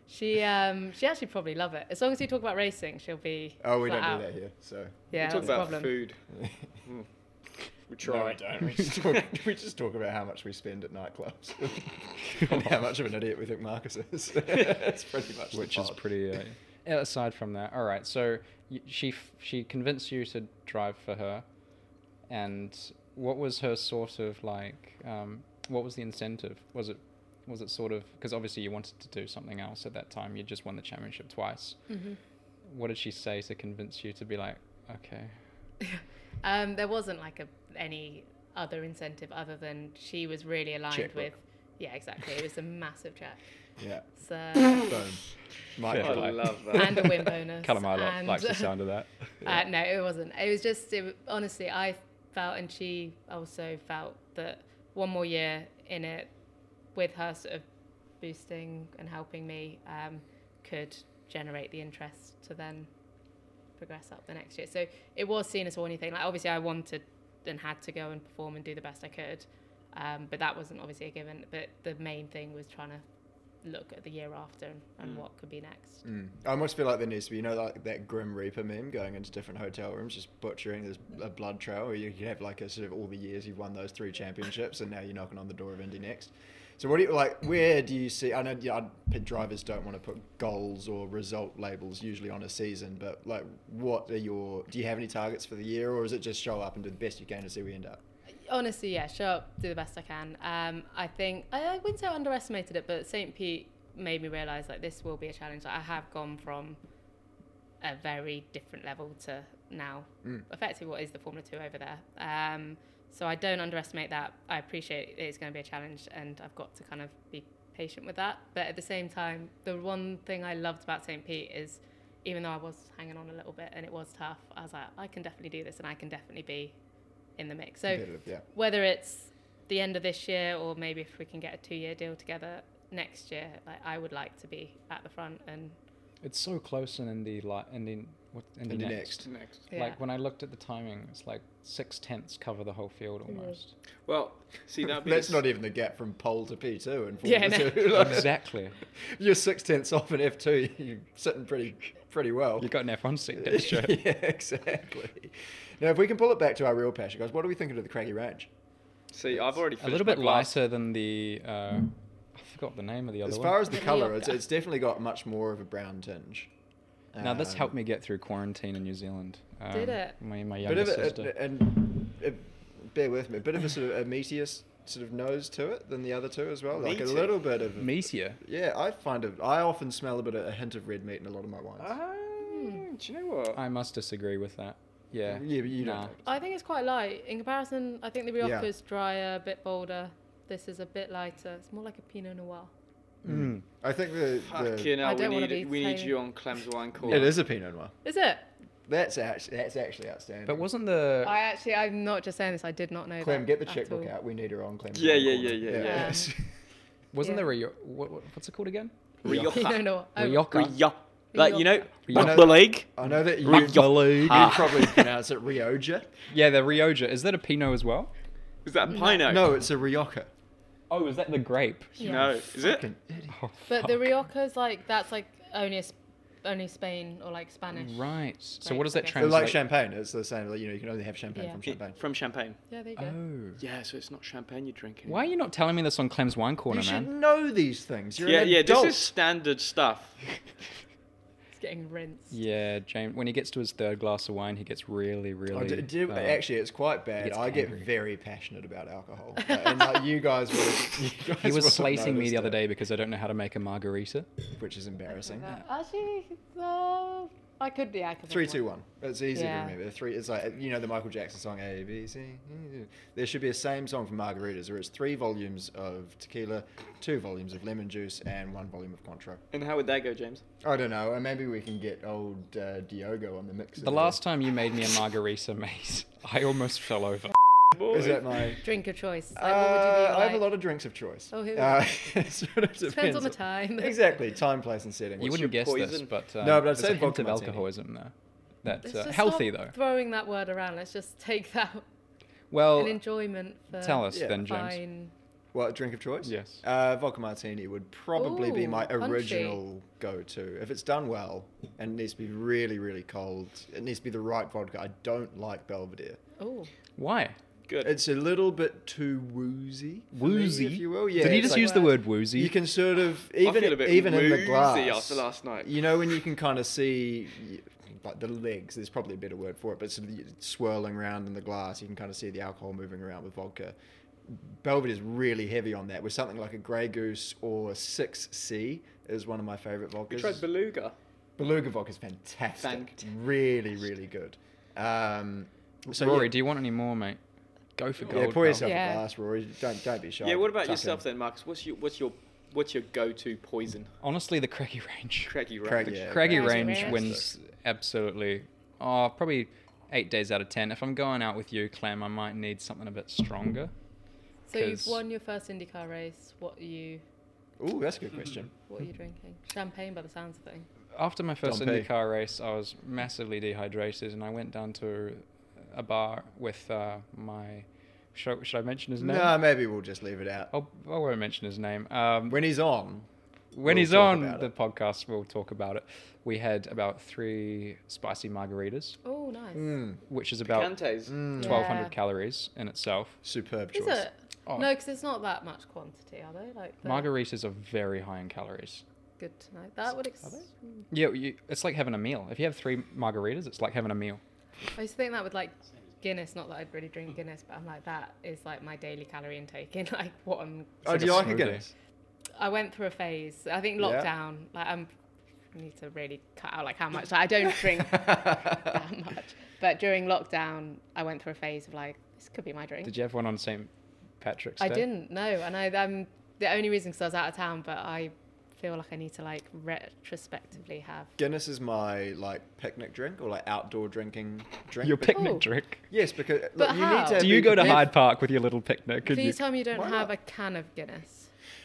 S2: She um she actually probably love it. As long as you talk about racing, she'll be.
S4: Oh, we
S2: flat
S4: don't
S2: out.
S4: do that here. So
S2: Yeah,
S3: we talk
S2: that's the
S3: about
S2: problem.
S3: food. Mm. We try.
S4: No, we don't. We just, talk, we just talk about how much we spend at nightclubs and how much of an idiot we think Marcus is. That's pretty much the
S1: Which is
S4: pod.
S1: pretty. Uh, yeah, aside from that, all right. So y- she f- she convinced you to drive for her, and what was her sort of like? Um, what was the incentive? Was it was it sort of because obviously you wanted to do something else at that time. You just won the championship twice.
S2: Mm-hmm.
S1: What did she say to convince you to be like, okay,
S2: Um, there wasn't like a any other incentive other than she was really aligned
S4: Checkbook.
S2: with. Yeah, exactly. It was a massive check.
S4: Yeah.
S2: So
S4: Boom. Mic
S1: Fair
S3: I
S4: drop.
S1: play.
S3: love
S2: and a
S3: that.
S2: win bonus.
S1: Kalamai
S2: and-
S1: likes the sound of that.
S2: Uh, no, it wasn't. It was just, it, honestly, I felt, and she also felt that one more year in it with her sort of boosting and helping me um, could generate the interest to then progress up the next year. So it was seen as anything. Like, obviously, I wanted and had to go and perform and do the best I could. Um, but that wasn't obviously a given. But the main thing was trying to look at the year after and, and
S3: Mm.
S2: what could be next.
S4: Mm. I almost feel like there needs to be, you know, like that Grim Reaper meme going into different hotel rooms, just butchering this a blood trail. Where you can have like a sort of all the years you've won those three championships, and now you're knocking on the door of Indy next. So what do you like? Where do you see? I know yeah, I- drivers don't want to put goals or result labels usually on a season, but like, what are your? Do you have any targets for the year, or is it just show up and do the best you can to see where you end up?
S2: honestly, yeah, show up, do the best I can. Um, I think I, I wouldn't say I underestimated it, but St. Pete made me realise like this will be a challenge. Like, I have gone from a very different level to now,
S4: Mm.
S2: effectively what is the Formula Two over there. Um, so I don't underestimate that. I appreciate it's going to be a challenge, and I've got to kind of be patient with that. But at the same time, the one thing I loved about St. Pete is. Even though I was hanging on a little bit and it was tough, I was like, I can definitely do this and I can definitely be in the mix. So,
S4: competitive, yeah.
S2: whether it's the end of this year or maybe if we can get a two-year deal together next year, like I would like to be at the front and
S1: It's so close and in the like and in what and the
S4: Indy
S1: next.
S3: Next.
S2: yeah.
S1: Like when I looked at the timing, it's like six tenths cover the whole field almost.
S3: Well, see that.
S4: That's not even the gap from pole to P two and
S2: Yeah,
S1: exactly.
S4: You're six tenths off in F two. You're sitting pretty pretty well.
S1: You got an F1 seat, didn't you?
S4: yeah, exactly. Now, if we can pull it back to our real passion, guys, what are we thinking of the Craggy Range?
S3: See, I've already
S1: A
S3: finished
S1: little
S3: my
S1: bit
S3: glass.
S1: lighter than the. Uh, I forgot the name of the other
S4: As
S1: one.
S4: far as the
S2: Little
S4: colour, it's,
S2: Yorker.
S4: it's definitely got much more of a brown tinge.
S1: now this
S4: Um,
S1: helped me get through quarantine in New Zealand. Um,
S2: Did it?
S1: My my
S4: Bit
S1: younger
S4: of a,
S1: sister.
S4: a- and uh, bear with me, a bit of a sort of a meatiest sort of nose to it than the other two as well. Like a
S3: Meaty?
S4: little bit of
S1: Meteor.
S4: Yeah, I find it. I often smell a bit of a hint of red meat in a lot of my wines.
S3: Ah, do you know what?
S1: I must disagree with that. Yeah.
S4: Yeah, but you don't
S1: Nah.
S4: know.
S2: I think it's quite light in comparison. I think the
S4: Yeah.
S2: Rioja's drier, a bit bolder. This is a bit lighter. It's more like a Pinot Noir.
S1: Mm.
S4: I think the, the
S3: Fucking
S2: I
S3: hell, we
S2: don't wanna
S3: need,
S2: be
S3: we need
S2: saying-
S3: you on Clem's Wine Corner.
S4: it is a Pinot Noir.
S2: Is it?
S4: That's actually that's actually outstanding.
S1: But wasn't the
S2: I actually, I'm not just saying this. I did not know.
S4: Uh, Clem,
S2: that
S4: get the
S2: at
S4: checkbook
S2: all.
S4: out. We need her on Clem.
S3: Yeah, yeah, yeah, yeah,
S2: yeah.
S1: wasn't
S2: Yeah.
S1: there a Rio- what, what, what's it called again?
S2: Pinot
S3: Rioja.
S2: Noir. Oh,
S1: Rioja.
S3: Rioja. Like, you know,
S1: Rioja.
S3: not the league.
S4: I know that you
S1: Rioja.
S4: you probably pronounce it Rioja.
S1: Yeah, the Rioja. Is that a Pinot as well?
S3: Is that a Pinot?
S4: No, it's a Rioja.
S1: Oh, is that the grape?
S2: yeah.
S3: No. Is it?
S4: Fucking idiot.
S1: Oh,
S2: But the Rioja's like that's like only a, sp- only Spain or like Spanish.
S1: right. So
S2: Grape,
S1: what does
S2: I
S1: that
S2: guess.
S4: They're like
S1: translate?
S4: champagne. It's the same. like, You know, you can only have champagne
S2: Yeah.
S4: from
S3: Ch-
S4: champagne.
S3: From champagne.
S2: Yeah, there you go.
S1: oh.
S3: Yeah, so it's not champagne you're drinking.
S1: Why are you not telling me this on Clem's wine corner,
S4: you should
S1: man?
S4: know these things. You're
S3: Yeah,
S4: an
S3: yeah,
S4: adult.
S3: this is standard stuff. Oh.
S2: It's getting rinsed.
S1: Yeah, James. When he gets to his third glass of wine, he gets really, really.
S4: I do, do-
S1: uh,
S4: Oh, actually, it's quite bad.
S1: gets
S4: I get
S1: angry.
S4: very passionate about alcohol, Uh, and like, you guys, will, you guys
S1: he
S4: will
S1: was
S4: have
S1: slating me the
S4: noticed
S1: other
S4: it,
S1: day because I don't know how to make a margarita.
S4: which is embarrassing.
S2: Actually, uh, I could be. I could
S4: Three, two, one. It's easy
S2: Yeah.
S4: to remember. Three. It's like you know the Michael Jackson song A B C. mm. There should be a same song for margaritas, where it's three volumes of tequila, two volumes of lemon juice, and one volume of Cointreau.
S3: And how would that go, James?
S4: I don't know. and Maybe we can get old uh, Diogo on the mix.
S1: The last time you made me a margarita, mate, I almost fell over.
S4: Is that my?
S2: Drink of choice. Like, what would you
S4: Uh,
S2: be
S4: I have a
S2: like?
S4: lot of drinks of choice.
S2: Oh, here we
S4: Uh, it sort of
S2: Depends on the
S4: depends.
S2: time.
S4: Exactly. Time, place, and setting.
S1: You
S3: What's
S1: wouldn't
S3: your
S1: guess this,
S3: poison?
S1: but um,
S4: No, but I'd
S1: there's
S4: say
S1: a hint
S4: vodka
S1: of
S4: martini.
S1: alcoholism though. That's
S2: Let's
S1: uh,
S2: just
S1: healthy
S2: stop
S1: though.
S2: Throwing that word around. Let's just take that an
S1: Well,
S2: enjoyment for
S1: tell us
S4: Yeah.
S1: then, James.
S2: fine.
S4: What drink of choice?
S1: Yes.
S4: Uh, vodka martini would probably be
S2: Ooh,
S4: my
S2: punchy.
S4: original go-to if it's done well and it needs to be really, really cold. It needs to be the right vodka. I don't like Belvedere.
S2: Oh,
S1: Why?
S3: Good.
S4: It's a little bit too woozy, for me,
S1: Woozy.
S4: if you will. Yeah.
S1: Did he
S4: it's
S1: just
S4: like-
S1: use the word woozy?
S4: You can sort of
S3: I
S4: even
S3: feel a bit
S4: even in the
S3: woozy
S4: glass.
S3: after last night.
S4: Uh, You know when you can kind of see like the legs. There's probably a better word for it, but it's swirling around in the glass. You can kind of see the alcohol moving around with vodka. Velvet is really heavy on that. With something like a Grey Goose or Six C is one of my favorite
S3: we
S4: vodkas.
S3: tried Beluga.
S4: Beluga vodka is fantastic.
S3: Fantastic.
S4: Really, really good. Um, so
S1: Rory,
S4: yeah,
S1: do you want any more, mate? Go for
S3: Yeah,
S1: gold.
S4: yeah, pour
S1: pal.
S4: yourself
S2: Yeah.
S4: a glass, Rory. Don't don't be shy.
S3: Yeah, what about
S4: Tuck
S3: yourself
S4: in.
S3: then, Marcus? What's your what's your what's your go-to poison?
S1: Honestly, the Craigie Range.
S3: Craggy right?
S4: Craigie, yeah.
S1: Craigie
S2: Craigie
S1: Range
S2: Range.
S1: wins absolutely. Oh, probably eight days out of ten. If I'm going out with you, Clem, I might need something a bit stronger.
S2: so you've
S1: 'Cause-
S2: won your first IndyCar race. What are you?
S4: Ooh, that's a
S1: Mm.
S4: good question.
S2: What are you drinking? Champagne, by the sounds of thing.
S1: After my first
S4: Don't pay.
S1: IndyCar race, I was massively dehydrated, and I went down to a bar with uh, my. Should, should I mention his name? Oh.
S4: No, maybe we'll just leave it out.
S1: I'll, I won't mention his name. Um, when
S4: When he's on, we'll
S1: he's
S4: talk
S1: on
S4: about
S1: the
S4: it.
S1: podcast, we'll talk about it. We had about three spicy margaritas,
S2: Oh, nice.
S4: mm,
S1: which is about
S3: Picantes.
S1: 1,200
S2: Yeah.
S1: calories in itself.
S4: superb
S2: Is
S4: choice.
S2: it?
S1: Oh.
S2: No, because it's not that much quantity, are they? Like they're
S1: Margaritas are very high in calories.
S2: Good to know. That would. Ex-
S1: Yeah, you, it's like having a meal. If you have three margaritas, it's like having a meal.
S2: I used to think that would like Guinness. Not that I'd really
S4: Mm.
S2: drink Guinness, but I'm like that is like my daily calorie intake and like what I'm.
S1: like
S4: Oh, do you
S1: a
S4: like a
S1: smoothie.
S4: Guinness?
S2: I went through a phase. I think
S4: Yeah.
S2: lockdown. Like I'm. I need to really cut out like how much. Like, I don't drink that much. But during lockdown, I went through a phase of like this could be my drink.
S1: Did you have one on St. Patrick's Day?
S2: I didn't know, and I um the only reason because I was out of town, but I feel like I need to like retrospectively have.
S4: Guinness is my like picnic drink or like outdoor drinking drink.
S1: Your
S4: Bec-
S1: picnic
S2: Oh.
S1: drink.
S4: Yes, because look,
S2: But
S4: you
S2: how?
S4: need to.
S1: Do
S4: be
S1: you go to
S4: prepared
S1: Hyde Park with your little picnic? Could you?
S2: Please tell me you don't
S4: Why
S2: have
S4: not?
S2: a can of Guinness.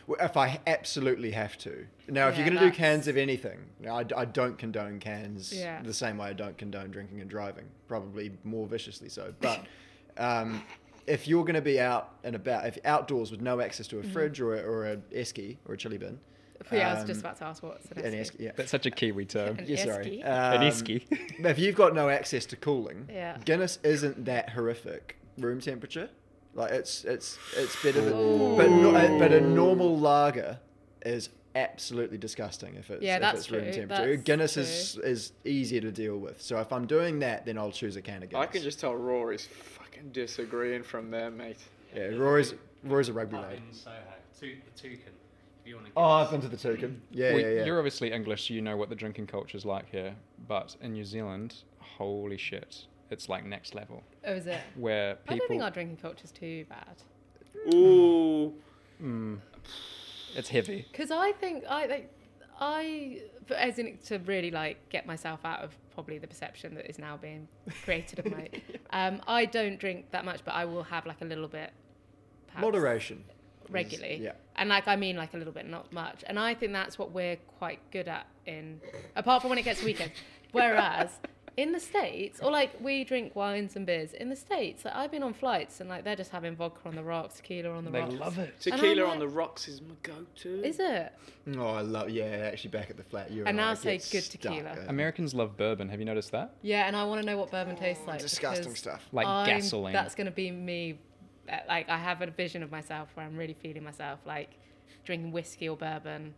S4: Well, If I absolutely have to. Now, if
S2: Yeah,
S4: you're going to do
S2: that's-
S4: cans of anything, now I, I don't condone cans
S2: Yeah.
S4: the same way I don't condone drinking and driving, probably more viciously so. But um, if you're going to be out and about, if outdoors with no access
S2: Mm-hmm.
S4: to a fridge or, a- or a esky or a chili bin,
S2: Yeah, I was
S4: um,
S2: just about to ask what's an
S4: an
S2: esky.
S4: esky, yeah.
S1: That's such a Kiwi term.
S2: An E
S4: Yeah, sorry.
S2: esky?
S1: An
S4: Um,
S3: E
S1: esky.
S4: If you've got no access to cooling,
S2: Yeah.
S4: Guinness isn't that horrific room temperature. Like it's it's it's better than, but no, uh, but a normal lager is absolutely disgusting if it's
S2: Yeah,
S4: if
S2: that's
S4: it's room
S2: true.
S4: temperature.
S2: That's
S4: Guinness is is easier to deal with. So if I'm doing that, then I'll choose a can of Guinness.
S3: I can just tell Rory's fucking disagreeing from there, mate.
S4: yeah. Rory's Rory's a rugby
S5: Up
S4: lad.
S5: in Soho, to, the Toucan. If you want to
S4: Oh, I've been to the Toucan. Yeah,
S1: Well,
S4: yeah, yeah.
S1: You're obviously English, so you know what the drinking culture's like here. But in New Zealand, holy shit, it's like next level.
S2: Oh, is it?
S1: Where people.
S2: I don't think our drinking culture's too bad.
S3: Ooh.
S1: Mm. it's heavy.
S2: Because I think I like I but as in to really like get myself out of probably the perception that is now being created of my. um, I don't drink that much, but I will have like a little bit. perhaps,
S4: Moderation. is-
S2: Regularly.
S4: Yeah.
S2: And like I mean like a little bit, not much. And I think that's what we're quite good at in apart from when it gets weekends. Whereas in the States, or like we drink wines and beers. In the States, like I've been on flights and like they're just having vodka on the rocks, tequila on the
S1: They
S2: rocks.
S1: love it.
S3: Tequila
S2: like-
S3: on the rocks is my go-to.
S2: Is it?
S4: Oh, I love. Yeah, actually, back at the flat, you
S2: And now
S4: I
S2: say
S4: get
S2: good
S4: stuck,
S2: tequila.
S4: uh,
S1: Americans love bourbon. Have you noticed that?
S2: Yeah, and I want to know what bourbon tastes like.
S4: disgusting
S2: because
S4: stuff.
S1: Like
S2: I'm-
S1: gasoline.
S2: That's going to be me. uh, Like I have a vision of myself where I'm really feeling myself, like drinking whiskey or bourbon,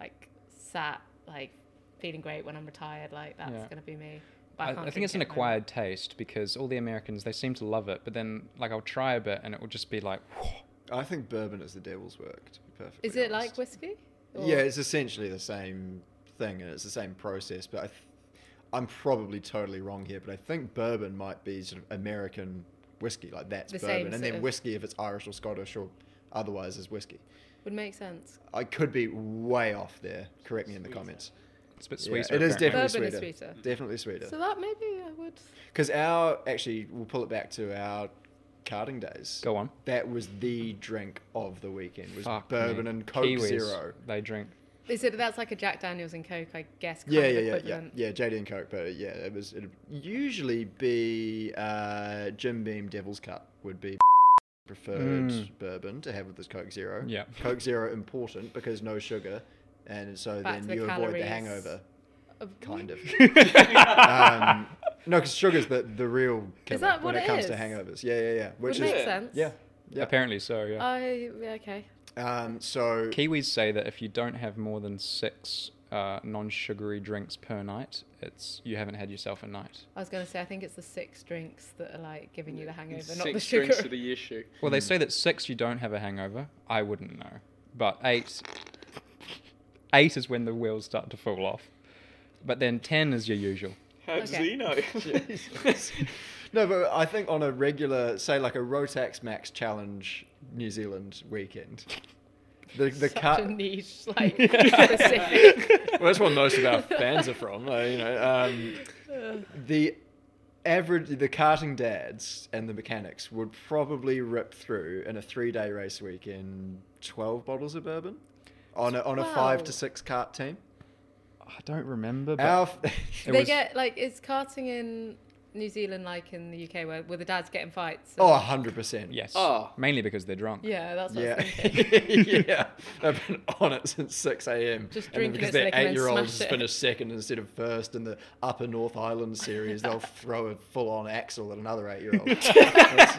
S2: like sat, like feeling great when I'm retired. Like that's
S1: Yeah.
S2: going to be me. But
S1: I, I
S2: can't
S1: think it's an
S2: drink it at the moment.
S1: acquired taste because all the Americans they seem to love it, but then like I'll try a bit and it will just be like,
S4: I think bourbon is the devil's work, to be perfect.
S2: Is it like whiskey? Or-
S4: Yeah, it's essentially the same thing, and it's the same process. But I th- I'm probably totally wrong here, but I think bourbon might be sort of American whiskey, like that's
S2: The same
S4: bourbon, and
S2: sort
S4: then
S2: of-
S4: whiskey if it's Irish or Scottish or otherwise is whiskey.
S2: would make sense.
S4: I could be way off there. Correct me in the
S5: Sweeter.
S4: comments.
S1: it's a bit
S4: Yeah,
S1: sweet.
S4: it is definitely
S2: Bourbon is
S4: sweeter.
S2: sweeter.
S4: Definitely sweeter.
S2: So that maybe I would.
S4: Because our actually, we'll pull it back to our karting days.
S1: Go on.
S4: That was the drink of the weekend. Was
S1: Fuck
S4: bourbon
S1: me.
S4: and Coke
S1: Kiwis,
S4: Zero.
S1: They drink.
S2: Is it that's like a Jack Daniels and Coke? I guess. Kind
S4: Yeah,
S2: of
S4: yeah, yeah, yeah,
S2: equivalent.
S4: yeah. JD and Coke, but yeah, it was. It'd usually be uh, Jim Beam Devil's Cup would be preferred
S1: Mm.
S4: bourbon to have with this Coke Zero.
S1: Yeah.
S4: Coke Zero important because no sugar, and so
S2: Back to
S4: then
S2: the
S4: you avoid
S2: calories.
S4: the hangover,
S2: Of-
S4: kind of. um, no, because sugar's the the real killer
S2: that what
S4: when it
S2: it
S4: comes to
S2: is?
S4: hangovers. Yeah, yeah, yeah. Which
S2: Would
S4: is
S2: make
S3: it?
S2: sense.
S4: yeah, yeah.
S1: Apparently so. Yeah.
S2: I yeah, okay.
S4: Um, so
S1: Kiwis say that if you don't have more than six uh, non-sugary drinks per night, it's you haven't had yourself a night.
S2: I was going to say, I think it's the six drinks that are like giving you the hangover, not the
S3: Mm. Six
S2: sugar.
S3: drinks to the issue.
S1: Well,
S4: Hmm.
S1: they say that six you don't have a hangover. I wouldn't know, but eight, eight is when the wheels start to fall off. But then ten is your usual.
S3: Have
S2: Okay.
S3: Zeno.
S4: No, but I think on a regular, say like a Rotax Max Challenge New Zealand weekend, the the
S2: Such
S4: cut.
S2: a niche, like specific.
S4: well, that's what most of our fans are from. uh, you know, um, the average, the karting dads and the mechanics would probably rip through in a three-day race weekend twelve bottles of bourbon on a, on a five
S2: Wow.
S4: to six kart team.
S1: I don't remember. But
S4: Our,
S1: It
S2: they
S1: was-
S2: get like is karting in New Zealand like in the UK where, where the dads get in fights?
S4: oh, hundred percent.
S1: yes,
S3: Oh.
S1: mainly because they're drunk.
S2: yeah, that's what I
S4: Yeah,
S2: was thinking.
S4: yeah. I've been on it since six a.m.
S2: Just
S4: and then
S2: drink it
S4: because
S2: so
S4: their
S2: they can then
S4: eight-year-old
S2: smash
S4: has
S2: it.
S4: finished second instead of first in the Upper North Island series, they'll throw a full-on axle at another eight-year-old. it's,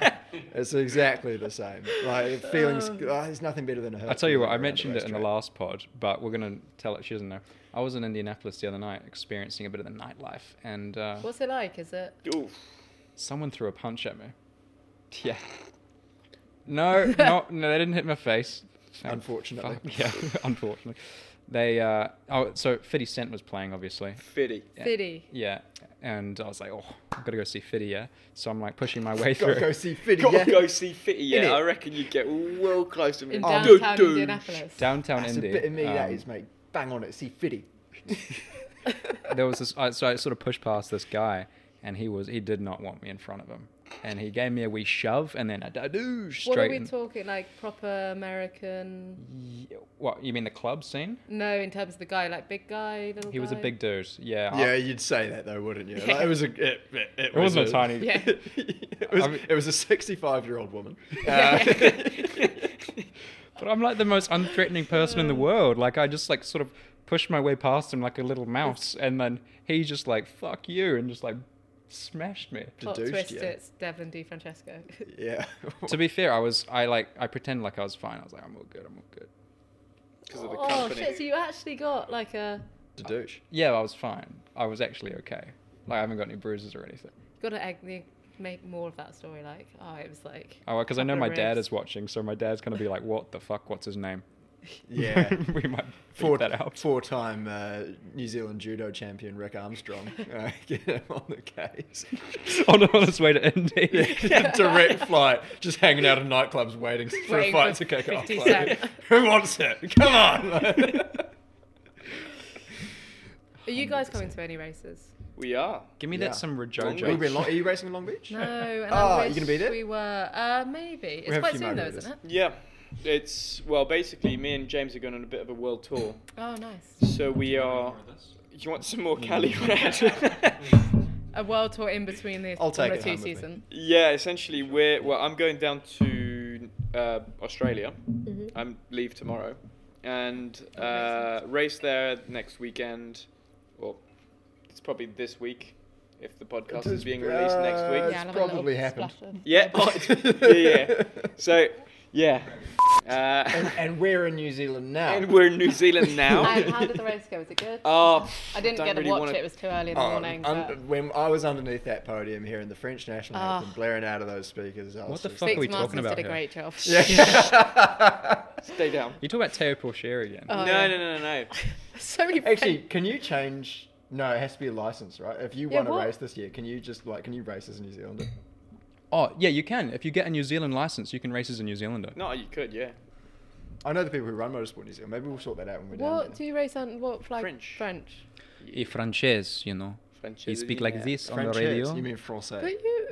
S4: it's exactly the same. Like feelings. Oh, there's nothing better than a hurt.
S1: I tell you what, I
S4: feeling around a
S1: mentioned it in the
S4: racetrack.
S1: last pod, but we're gonna tell it. She doesn't know. I was in Indianapolis the other night, experiencing a bit of the nightlife, and uh,
S2: What's it like? Is it
S3: Ooh.
S1: Someone threw a punch at me. Yeah. No, no, no, they didn't hit my face. Um,
S4: Unfortunately.
S1: fuck, yeah, unfortunately. They, uh, oh, so 50 Cent was playing, obviously.
S3: Fiddy.
S1: Yeah.
S2: Fiddy.
S1: Yeah. And I was like, oh, I've got to go see Fiddy, yeah? So I'm like pushing my way
S4: Gotta
S1: through.
S4: go see Fiddy.
S3: Gotta
S4: yeah?
S3: go see Fitty.
S4: Innit?
S3: Yeah, I reckon you'd get well close to me.
S2: In
S3: Oh,
S2: downtown
S3: dude, dude.
S2: Indianapolis.
S1: Downtown
S4: That's
S1: Indy.
S4: a bit of me, that
S1: um,
S4: is, mate. Bang on it, see Fiddy.
S1: there was this I, so I sort of pushed past this guy and he was he did not want me in front of him and he gave me a wee shove and then a dadoosh
S2: What are
S1: straight
S2: we
S1: in-
S2: talking like proper American?
S1: Ye- what you mean the club scene
S2: No, in terms of the guy, like big guy, little
S1: he was a
S2: guy?
S1: big dude yeah I-
S4: Yeah, you'd say that though, wouldn't you? Like, it was a. It, it,
S1: it wasn't a tiny
S2: Yeah.
S4: it, was,
S1: I mean-
S4: it was a 65 year old woman. Uh,
S1: but i'm like the most unthreatening person in the world like i just like sort of pushed my way past him like a little mouse and then he just like fuck you and just like smashed me
S2: Plot
S4: Dadoosh,
S2: twist,
S4: yeah.
S2: it's Devlin D. Francesco.
S4: Yeah.
S1: to be fair i was i like i pretended like i was fine i was like i'm all good i'm all good
S3: Because of the
S2: oh
S3: company.
S2: shit! So you actually got like a
S4: to douche.
S1: yeah i was fine i was actually okay like i haven't got any bruises or anything
S2: got to egg me- make more of that story. Like, oh, it was like
S1: Oh, because I know
S2: Couple
S1: my
S2: of
S1: dad
S2: ribs.
S1: is watching, so my dad's gonna be like, "What the fuck? What's his name?"
S4: Yeah.
S1: we might
S4: Four,
S1: Four, that out.
S4: four time uh, New Zealand judo champion Rick Armstrong. Uh, get him on the case.
S1: on, on his way to Indy.
S4: Direct flight, just hanging out in nightclubs waiting for
S2: Waiting
S4: a fight
S2: for
S4: to kick off.
S2: 50
S4: Like,
S2: cent.
S4: who wants it? Come on!
S2: Are you guys coming to any races?
S3: We are.
S1: Give me
S4: Yeah.
S1: that some
S3: Long
S4: Will you
S1: Rajojo.
S4: be in Long- are you racing in Long Beach?
S2: No, and
S4: Ah,
S2: I
S4: you
S2: wish
S4: gonna be there?
S2: We were. Uh, maybe
S4: have
S2: it's
S4: a
S2: quite
S4: few
S2: soon though,
S4: margaritas.
S2: isn't it?
S3: Yeah. It's well, basically, me and James are going on a bit of a world tour.
S2: Oh, nice.
S3: So we are. You want some more Cali Red?
S2: A world tour in between the
S4: I'll take
S2: Formula
S4: it home
S2: Two
S4: with me.
S2: season.
S3: yeah, essentially, we're. Well, I'm going down to uh, Australia.
S4: Mm-hmm.
S3: I'm leave tomorrow, and uh, race there next weekend. Well, it's probably this week, if the podcast is being released next week.
S4: It's
S2: Yeah, I'll have a little
S4: probably happened.
S2: splash in.
S3: Yeah. oh, it's- yeah, yeah. So, yeah.
S4: And,
S3: Uh,
S4: and we're in New Zealand now.
S3: and we're in New Zealand
S2: And
S3: now.
S2: how did the race go? Was it good?
S3: Oh,
S2: I didn't
S3: don't
S2: get to
S3: really
S2: watch
S3: wanna-
S2: it. It was too early in the
S4: Oh,
S2: morning.
S4: un-
S2: but-
S4: when I was underneath that podium here in the French national
S2: Ah.
S4: anthem blaring out of those speakers, I was
S1: What the
S4: just-
S1: fuck are we
S2: Victor
S1: talking
S2: Martins
S1: about
S2: did a
S1: here?
S2: great job.
S3: Stay down.
S1: You talk about Teo Porcher again.
S2: Oh,
S3: no,
S2: yeah.
S3: no, no, no, no.
S2: so many.
S4: Actually, can you change? No, it has to be a license, right? If you
S2: Yeah,
S4: won a
S2: what-
S4: race this year, can you just like can you race as a New Zealander?
S1: Oh yeah, you can. If you get a New Zealand license, you can race as a New Zealander.
S3: No, you could, yeah.
S4: I know the people who run motorsport in New Zealand. Maybe we'll sort that out when we're down
S2: What
S4: there.
S2: do you race on? What flag?
S3: French.
S2: French.
S1: E Frances, you know,
S3: French.
S1: he speak like this on
S4: French
S1: the radio.
S4: You mean Francais?
S2: But you.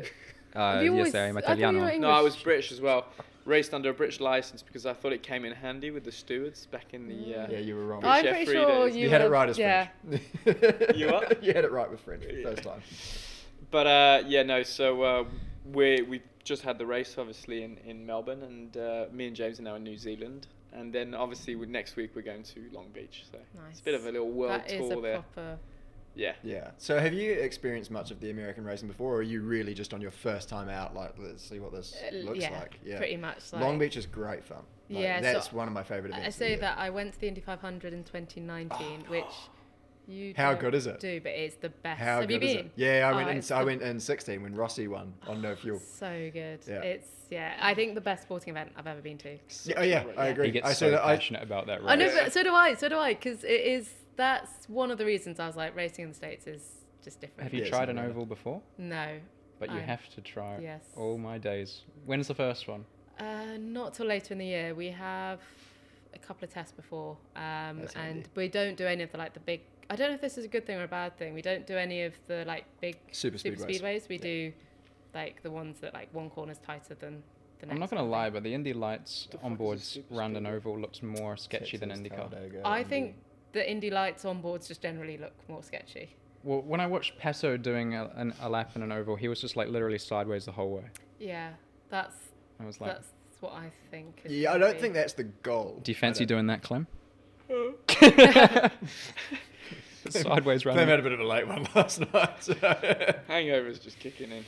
S1: Uh,
S2: you
S1: yes,
S2: always-
S1: I am
S2: I thought you were
S1: Italiano.
S2: English.
S3: No, I was British as well. Raced under a British license because I thought it came in handy with the stewards back in the. Uh,
S4: yeah, you were wrong.
S2: I'm
S3: Chef
S2: pretty
S3: three
S2: sure
S3: days.
S2: you.
S4: you, had it
S2: were-
S4: right as
S2: yeah.
S4: French.
S3: You what?
S4: you had it right with French
S3: Yeah.
S4: first time.
S3: But uh, yeah, no. So uh, we we just had the race, obviously, in, in Melbourne, and uh, me and James are now in New Zealand, and then obviously we, next week we're going to Long Beach. So it's a bit of a
S2: Nice.
S3: little world
S2: That is
S3: tour
S2: a
S3: there.
S2: proper.
S3: Yeah.
S4: Yeah. So have you experienced much of the American racing before, or are you really just on your first time out? Like, let's see what this
S2: uh,
S4: looks
S2: yeah,
S4: like. Yeah.
S2: Pretty much. Like,
S4: Long Beach is great fun. Like,
S2: Yeah, so
S4: That's one of my favorite
S2: I
S4: events. of the
S2: say
S4: year.
S2: that I went to the Indy 500 in 2019, which you.
S4: How
S2: don't
S4: good is it?
S2: Do, but it's the best.
S4: How
S2: Have
S4: good
S2: you been?
S4: is it? Yeah, I
S2: Oh,
S4: went. In,
S2: it's
S4: I
S2: the-
S4: went in sixteen when Rossi won on no fuel.
S2: So good.
S4: Yeah.
S2: It's yeah. I think the best sporting event I've ever been to.
S4: Yeah, oh yeah, I
S2: Yeah.
S4: agree.
S1: He gets
S4: I
S1: so
S4: said that I,
S1: passionate about that race.
S2: I know,
S3: Right.
S2: but so do I. So do I, because it is. That's one of the reasons I was like racing in the states is just different.
S1: Have you
S4: Yeah, it's
S1: tried an
S4: not bad.
S1: oval before?
S2: No,
S1: But you
S2: I-
S1: have to try. it.
S2: yes.
S1: All my days. When's the first one?
S2: uh, not till later in the year. We have a couple of tests before, um,
S4: That's
S2: and
S4: handy.
S2: we don't do any of the like the big. I don't know if this is a good thing or a bad thing. We don't do any of the like big
S4: Super speedways.
S2: speedways. We do like the ones that like one corner's tighter than the next.
S1: I'm not gonna
S2: I think.
S1: lie, but the Indy Lights
S3: The fuck is
S1: on
S3: a
S1: boards
S3: super
S1: round an
S3: speedway?
S1: oval looks more sketchy than
S4: Texas,
S1: IndyCar.
S4: Talladega,
S2: I
S4: Indy.
S2: think the Indy lights on boards just generally look more sketchy.
S1: Well, when I watched Passo doing a, an, a lap in an oval, he was just like literally sideways the whole way.
S2: Yeah, that's
S1: I was like,
S2: that's what I think. is
S4: Yeah, I
S2: gonna
S4: don't
S2: be-
S4: think that's the goal.
S1: "Do you fancy
S4: I don't-
S1: doing that, Clem?" sideways
S4: Clem had
S1: running.
S4: a bit of a late one last night. so-
S3: Hangovers just kicking in.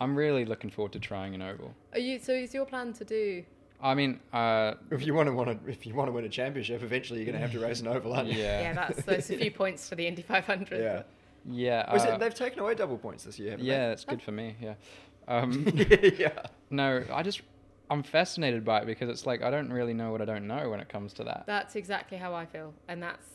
S1: I'm really looking forward to trying an oval.
S2: Are you? So is your plan to do?
S1: I mean, uh,
S4: if you want to want to, if you want to win a championship, eventually you're going to have to race an oval, aren't you?
S1: yeah.
S2: Yeah, that's there's a few points for the Indy 500.
S4: Yeah.
S1: Yeah.
S4: Oh, is
S1: uh,
S4: it, they've taken away double points this year, haven't
S1: yeah, it's good for me. Yeah. Um,
S4: they? yeah.
S1: no, I just I'm fascinated by it because it's like I don't really know what I don't know when it comes to that.
S2: That's exactly how I feel, and that's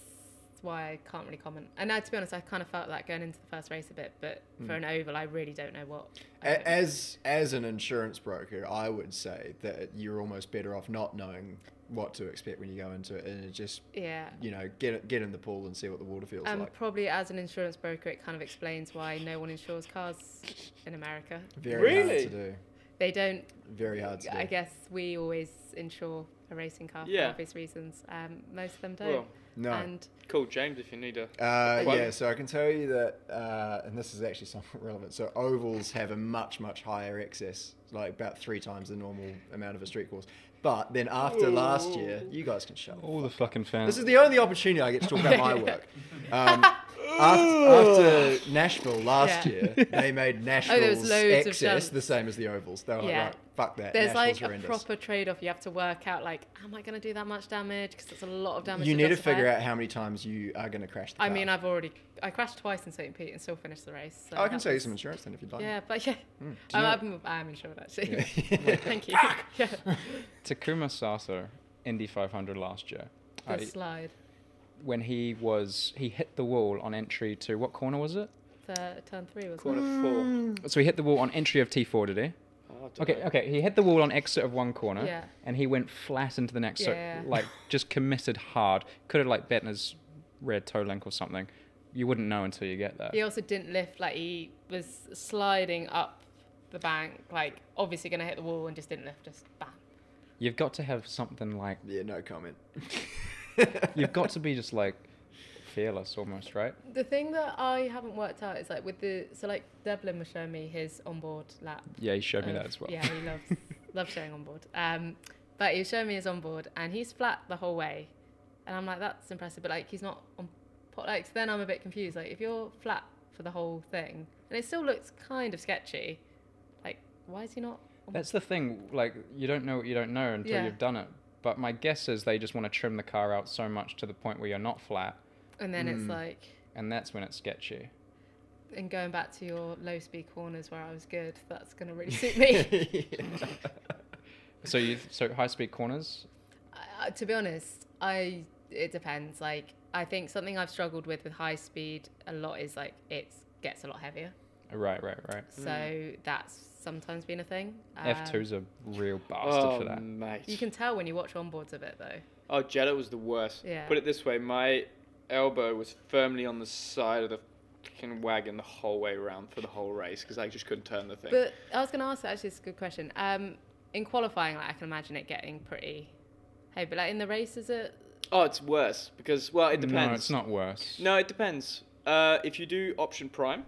S2: why I can't really comment. And now, to be honest, I kind of felt that going into the first race a bit, but for an oval, I really don't know what. I don't
S4: Hmm. A- As as an insurance broker, I would say that you're almost better off not knowing what to expect when you go into it, and it just
S2: know. yeah,
S4: you know get get in the pool and see what the water feels
S2: and
S4: like.
S2: probably as an insurance broker, it kind of explains why no one insures cars in America.
S4: Very
S3: Really?
S4: hard to do.
S2: They don't.
S4: Very hard to do.
S2: I guess we always insure a racing car for
S3: Yeah.
S2: obvious reasons. Um, most of them don't.
S3: Well,
S4: no.
S2: And
S3: call James if you need a.
S4: Uh,
S3: Well-
S4: yeah, so I can tell you that, uh, and this is actually somewhat relevant. So ovals have a much, much higher excess, like about three times the normal amount of a street course. But then after last year, you guys can shut. up.
S1: All the fucking fans.
S2: Um,
S4: This is the only opportunity I get to talk about my work. Um, after, after Nashville
S2: Yeah.
S4: last
S2: Oh,
S4: year, they made Nashville's
S2: there was loads of
S4: excess
S2: jumps.
S4: the same as the ovals. They were like,
S2: Yeah.
S4: right, fuck that.
S2: there's
S4: Nashville's
S2: like
S4: horrendous.
S2: a proper trade-off. You have to work out like, am I going to do that much damage? Because it's a lot of damage.
S4: you need to
S2: justify
S4: figure
S2: it.
S4: out how many times you are going to crash the
S2: I
S4: car.
S2: mean, I've already I crashed twice in St. Pete and still finished the race. So
S4: Oh, I can
S2: that
S4: tell you
S2: was-
S4: some insurance then if you'd like. Hmm,
S2: Yeah, but yeah,
S4: you
S2: I'm,
S4: know-
S2: I'm, I'm insured actually.
S4: Yeah.
S2: Thank you. yeah,
S1: Takuma Sato, Indy 500 last year.
S2: the
S1: I,
S2: slide,
S1: when he was he hit the wall on entry to what corner was it?
S2: the turn three was.
S3: Corner four.
S1: So he hit the wall on entry of T4, did he?
S3: Oh, I don't
S1: Okay,
S3: know.
S1: okay. He hit the wall on exit of one corner,
S2: Yeah.
S1: and he went flat into the next.
S2: Yeah.
S1: So like just committed hard. Could have like bitten his red toe link or something. You wouldn't know until you get there.
S2: He also didn't lift. Like he was sliding up the bank, like obviously going to hit the wall and just didn't lift. Just bam.
S1: You've got to have something like
S4: Yeah, no comment.
S1: you've got to be just like fearless almost, right?
S2: The thing that I haven't worked out is like with the so like Devlin was showing me his onboard lap
S1: Yeah, he showed me
S2: of-
S1: that as well.
S2: Yeah, he loves loves showing on board. Um, but he was showing me his on board, and he's flat the whole way, and I'm like, that's impressive. But like, he's not on. po- Like, so then I'm a bit confused. Like, if you're flat for the whole thing, and it still looks kind of sketchy, like, why is he not? On
S1: That's the thing. Like you don't know what you don't know until
S2: Yeah.
S1: you've done it. But my guess is they just want to trim the car out so much to the point where you're not flat,
S2: and then it's
S1: Hmm.
S4: Mm.
S2: like,
S1: and that's when it's sketchy.
S2: and going back to your low speed corners where I was good, that's gonna really suit me.
S1: So you so high speed corners.
S2: uh, to be honest, I it depends. Like, I think something I've struggled with with high speed a lot is like it gets a lot heavier.
S1: Right, right, right.
S2: So that's sometimes been a thing.
S1: F
S2: Um,
S1: two's a real bastard
S3: Oh,
S1: for that.
S3: mate.
S2: You can tell when you watch onboards of it though.
S3: Oh, Jetta was the worst.
S2: Yeah.
S3: Put it this way, my elbow was firmly on the side of the fucking wagon the whole way round for the whole race because I just couldn't turn the thing.
S2: But I was going to ask that actually, it's a good question. Um, in qualifying, like I can imagine it getting pretty. Hey, but like in the race, is it?
S3: oh, it's worse because well, Oh, it depends.
S1: No, it's not worse.
S3: No, it depends. Uh, if you do option prime,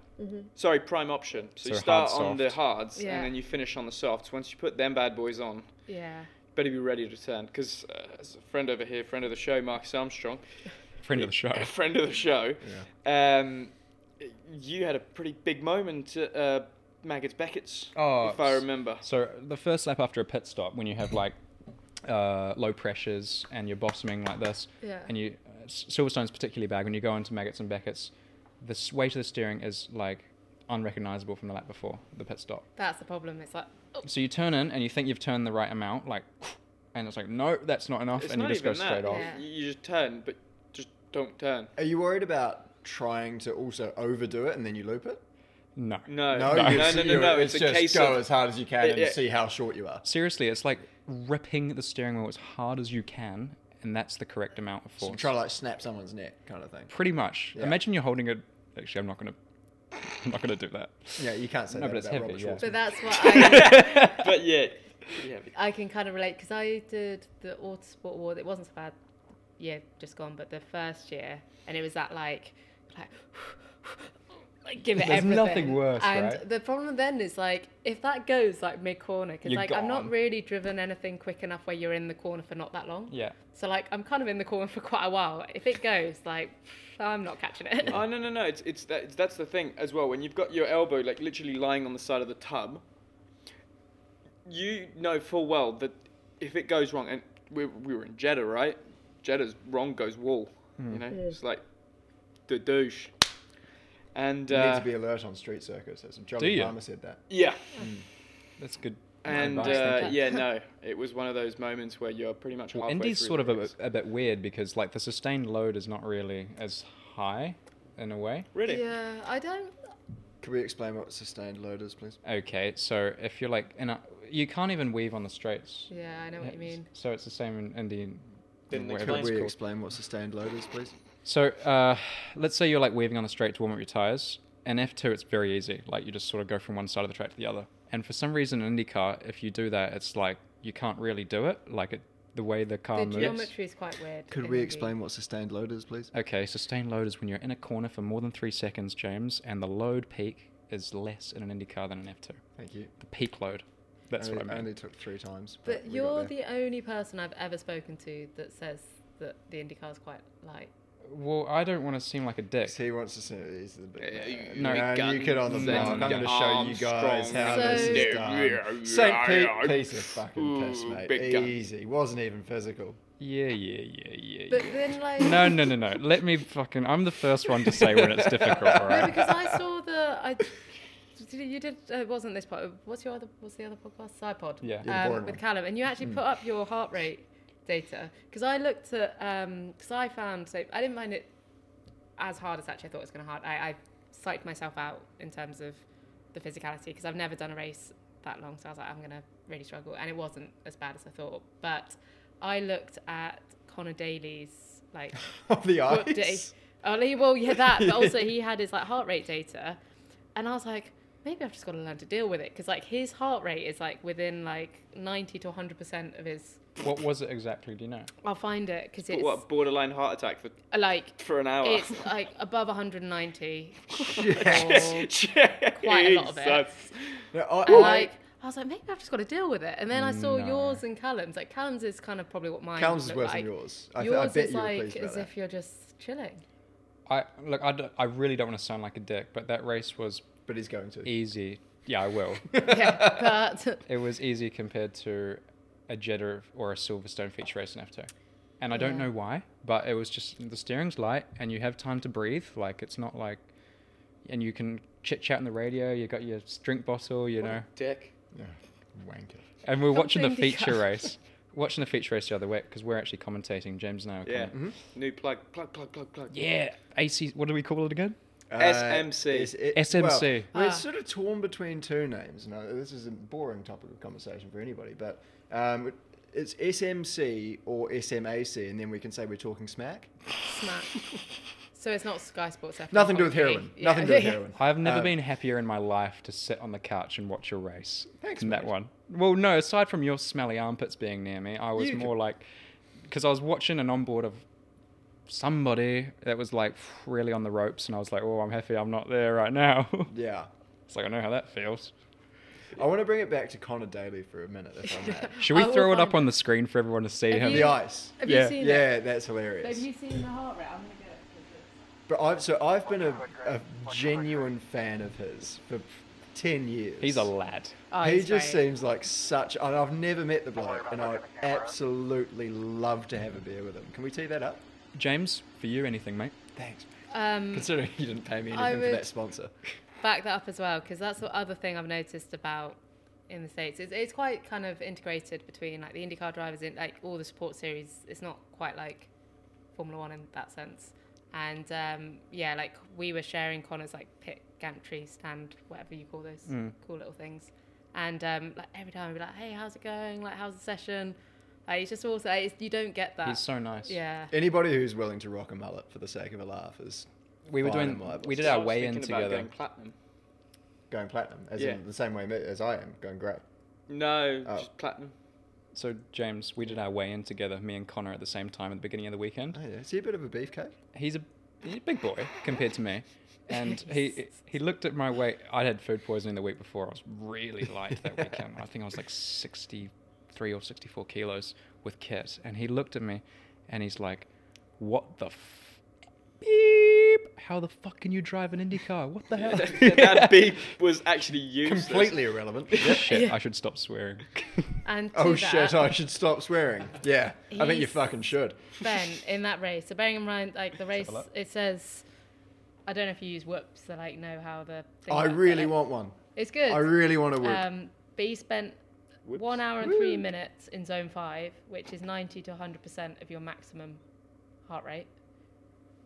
S3: sorry, prime option. So, you
S1: So hard
S3: start on the
S1: soft.
S3: hards
S2: Mm-hmm. Yeah.
S3: and then you finish on the softs. Once you put them bad boys on,
S2: Yeah.
S3: better be ready to turn because uh, as a friend over here, friend of the show, Marcus Armstrong,
S1: Friend of the show.
S3: a friend of the show. Um, you had a pretty big moment at uh, Maggots Beckett's,
S1: Oh,
S3: if I
S1: s-
S3: remember.
S1: So the first lap after a pit stop, when you have like uh, low pressures and you're bottoming like this,
S2: Yeah.
S1: and you uh, S- Silverstone's particularly bad when you go into maggots and beckets. The s- weight of the steering is like unrecognizable from the lap before the pit stop.
S2: That's the problem. It's like, oh,
S1: So you turn in and you think you've turned the right amount, like, and it's like no, that's not enough,
S3: It's
S1: and you
S3: not
S1: just go
S3: even
S1: straight
S3: that.
S1: off.
S2: Yeah.
S3: You, you just turn, but just don't turn.
S4: Are you worried about trying to also overdo it and then you loop it?
S1: No.
S3: No,
S4: No,
S3: no, no,
S4: you-
S3: no, no.
S4: you-
S3: no, It's, a
S4: just
S3: case
S4: go
S3: of
S4: as hard as you can
S3: Yeah,
S4: and
S3: yeah.
S4: see how short you are.
S1: Seriously, it's like ripping the steering wheel as hard as you can, and that's the correct amount of
S4: So
S1: force.
S4: try to like snap someone's neck, kind of thing.
S1: Pretty much.
S4: Yeah.
S1: Imagine you're holding a. Actually, I'm not gonna. I'm not gonna do that.
S4: Yeah, you can't say
S1: No,
S4: that
S1: but it's
S4: about
S1: heavy,
S4: Robert
S1: yeah.
S4: Schwartzman.
S2: but that's what I,
S3: but yeah, yeah.
S2: I can kind of relate because I did the Autosport Award. It wasn't so bad year just gone, but the first year, and it was that like, like, like give it
S1: There's
S2: everything.
S1: nothing worse,
S2: And
S1: right?
S2: the problem then is like if that goes like mid corner, because
S1: You're
S2: like I'm not
S1: gone.
S2: really driven anything quick enough where you're in the corner for not that long.
S1: Yeah.
S2: So like I'm kind of in the corner for quite a while. If it goes, like I'm not catching it.
S3: Oh no no no! It's it's that it's, that's the thing as well. When you've got your elbow like literally lying on the side of the tub, you know full well that if it goes wrong, and we we were in Jeddah, right?
S4: Hmm.
S3: Jeddah's wrong goes wall. You know, it's like the douche. And
S4: You need
S3: uh,
S4: to be alert on street circus. That's John
S1: Do you?
S4: Palmer said that.
S3: yeah,
S1: That's good.
S3: and
S1: advice, thank
S3: uh,
S1: you.
S3: yeah, no, it was one of those moments where you're pretty much.
S1: Well,
S3: halfway
S1: Indy's
S3: through
S1: sort
S3: the
S1: of a,
S3: race.
S1: a bit weird because like the sustained load is not really as high in a way.
S3: really.
S2: Yeah, I don't.
S4: Could we explain what sustained load is, please?
S1: Okay, so if you're like in a, you can't even weave on the straights.
S2: Yeah, I know what you mean.
S1: So it's the same in Indian.
S3: Didn't
S1: whatever
S3: explain.
S1: it's
S4: Could we
S1: called.
S4: explain what sustained load is, please?
S1: So uh, let's say you're like weaving on a straight to warm up your tires. In F2, it's very easy. Like you just sort of go from one side of the track to the other. And for some reason in IndyCar, if you do that, it's like you can't really do it. Like it, the way the car
S2: The
S1: moves.
S2: geometry is quite weird.
S4: Could
S2: in
S4: we
S2: Indy.
S4: explain what sustained load is, please?
S1: Okay, sustained load is when you're in a corner for more than three seconds, James, and the load peak is less in an IndyCar than an F2.
S4: Thank you.
S1: The peak load. That's
S4: only,
S1: what I meant.
S4: only took three times.
S2: But
S4: we got
S2: you're
S4: there.
S2: the only person I've ever spoken to that says that the IndyCar is quite light.
S1: Well, I don't want to seem like a dick.
S4: He wants to see. He's the big
S3: Yeah,
S4: man.
S3: you-
S1: No,
S4: no,
S3: guns
S4: you kid on the
S1: and
S4: block. I'm going to show you
S3: arms
S4: guys
S3: strong.
S4: how
S2: So-
S4: this
S2: Yeah,
S4: is done.
S3: yeah,
S4: St. Pete,
S3: yeah.
S4: piece of fucking piss,
S3: Ooh,
S4: mate.
S3: big gun.
S4: Easy. Wasn't even physical.
S1: Yeah, yeah, yeah, yeah,
S2: But
S1: yeah.
S2: then, like.
S1: No, no, no, no. Let me fucking. I'm the first one to say when it's difficult, all
S2: No,
S1: right?
S2: because I saw the. I, did- you did. uh, It wasn't this part. What's your other? What's the other podcast? Sidepod.
S1: Yeah.
S4: Yeah, the
S2: Um,
S4: boring
S2: with
S4: one. Hmm.
S2: Callum, and you actually put up your heart rate data because I looked at because I found so I didn't find it as hard as actually I thought it was going to hard. I, I psyched myself out in terms of the physicality because I've never done a race that long, so I was like, I'm going to really struggle, and it wasn't as bad as I thought. But I looked at Connor Daly's like
S4: Of the
S2: what did he-
S4: eyes.
S2: Oh, he, well, yeah, that. But also, he had his like heart rate data, and I was like, maybe I've just got to learn to deal with it because like his heart rate is like within like ninety to hundred percent of his.
S1: What was it exactly? Do you know?
S2: I'll find it because
S3: But
S2: it's uh,
S3: what borderline heart attack for
S2: like
S3: for an hour?
S4: Oh.
S2: it's like above one hundred and ninety.
S3: Oh. quite
S2: quite a lot of it.
S4: No, I-
S2: And
S4: I-
S2: like I was like, maybe I've just got to deal with it. And then I saw
S1: No.
S2: yours and Callum's. Like Callum's is kind of probably what mine.
S4: Callum's is
S2: looked
S4: worse
S2: like.
S4: than yours. I, th- I
S2: Yours
S4: bet
S2: is
S4: you were
S2: like
S4: pleased about
S2: as
S4: that.
S2: if you're just chilling.
S1: I look. I, d- I really don't want to sound like a dick, but that race was
S4: But he's going to.
S1: easy. Yeah, I will.
S2: yeah, but
S1: it was easy compared to a Jeddah or a Silverstone feature race in F2. And I don't
S2: Yeah.
S1: know why, but it was just the steering's light and you have time to breathe. Like, it's not like. And you can chit chat on the radio, you got your drink bottle, you know.
S3: Dick.
S4: Yeah, wanker.
S1: And we're
S2: Help
S1: watching the
S2: Indycar.
S1: feature race. Watching the feature race the other week because we're actually commentating. James and I are
S3: Yeah.
S1: comment-
S3: New plug. Plug. Plug. Plug. Plug.
S1: Mm-hmm. Yeah. AC. What do we call it again?
S4: Uh,
S3: SMC.
S4: is it-
S1: SMC.
S4: Well, we're
S2: Ah.
S4: sort of torn between two names. Now, this is a boring topic of conversation for anybody, but um, it's SMC or SMAC, and then we can say we're talking smack.
S2: smack. So it's not Sky Sports F1.
S4: Nothing to do with
S2: commentary.
S4: heroin.
S2: Yeah.
S4: Nothing to do with heroin.
S1: I've never
S4: Uh,
S1: been happier in my life to sit on the couch and watch a race.
S4: Thanks,
S1: than that
S4: mate.
S1: one. Well, no, aside from your smelly armpits being near me, I was
S4: You
S1: more like because I was watching an onboard of somebody that was like really on the ropes, and I was like, "Oh, I'm happy I'm not there right now."
S4: Yeah.
S1: it's like I know how that feels.
S4: I want to bring it back to Connor Daly for a minute, if I may.
S1: Should we
S2: I will
S1: throw it up
S2: find
S1: on the screen for everyone to see
S2: Have
S1: him?
S2: you-
S4: the ice.
S2: Have
S1: Yeah.
S2: you seen it?
S4: Yeah, that's
S2: But Have
S4: hilarious.
S2: you seen the heart rate? I'm gonna get it.
S4: But I've so I've been a, a genuine fan of his for ten years.
S1: He's a lad.
S2: Oh,
S4: he
S2: he's
S4: just
S2: great.
S4: seems like such. And I've never met the bloke, and I would absolutely love to have a beer with him. Can we tee that up?
S1: James, for you, anything, mate?
S4: Thanks. mate.
S2: Um,
S4: Considering you didn't pay me
S2: I
S4: anything for
S2: would-
S4: that sponsor.
S2: back that up as well, because that's the other thing I've noticed about in the states. It's, it's quite kind of integrated between like the IndyCar drivers in like all the support series. It's not quite like Formula One in that sense. And um, yeah, like we were sharing Connor's like pit gantry stand, whatever you call those cool little things. And um, like every time, I'd be like, "Hey, how's it going? Like, how's the session?" Like, it's just also like, it's, you don't get that.
S1: He's so nice.
S2: yeah.
S4: Anybody who's willing to rock a mullet for the sake of a laugh is
S1: We were
S4: fine
S1: doing.
S4: in
S1: We
S4: my books.
S1: did our weigh in
S3: About
S1: together.
S3: going platinum.
S4: going platinum, as
S3: Yeah.
S4: in the same way me- as I am going grey.
S3: No,
S4: Oh.
S3: just platinum.
S1: So James, we did our weigh in together, me and Connor at the same time at the beginning of the weekend.
S4: Oh, yeah. Is he a bit of a beefcake?
S1: he's a, he's a big boy compared to me. And he he looked at my weight. I had food poisoning the week before. I was really light that weekend. I think I was like 63 or 64 kilos with kit. And he looked at me and he's like, What the f- beep? How the fuck can you drive an Indy car? What the hell?
S3: that beep was actually useless.
S4: Completely irrelevant.
S1: Shit, I should stop swearing.
S2: And to
S4: oh
S2: that,
S4: shit! I should stop swearing. Yeah, I think you
S2: He's-
S4: fucking should.
S2: Ben in that race. So bearing in mind, like the race,
S1: look.
S2: it says I don't know if you use whoops to like know how the. thing
S4: I
S2: works, but,
S4: really
S2: like,
S4: want one.
S2: It's good.
S4: I really want a wood.
S2: Um, B spent
S4: Whoops.
S2: one hour and three
S4: Woo.
S2: minutes in zone five, which is 90 to 100% of your maximum heart rate.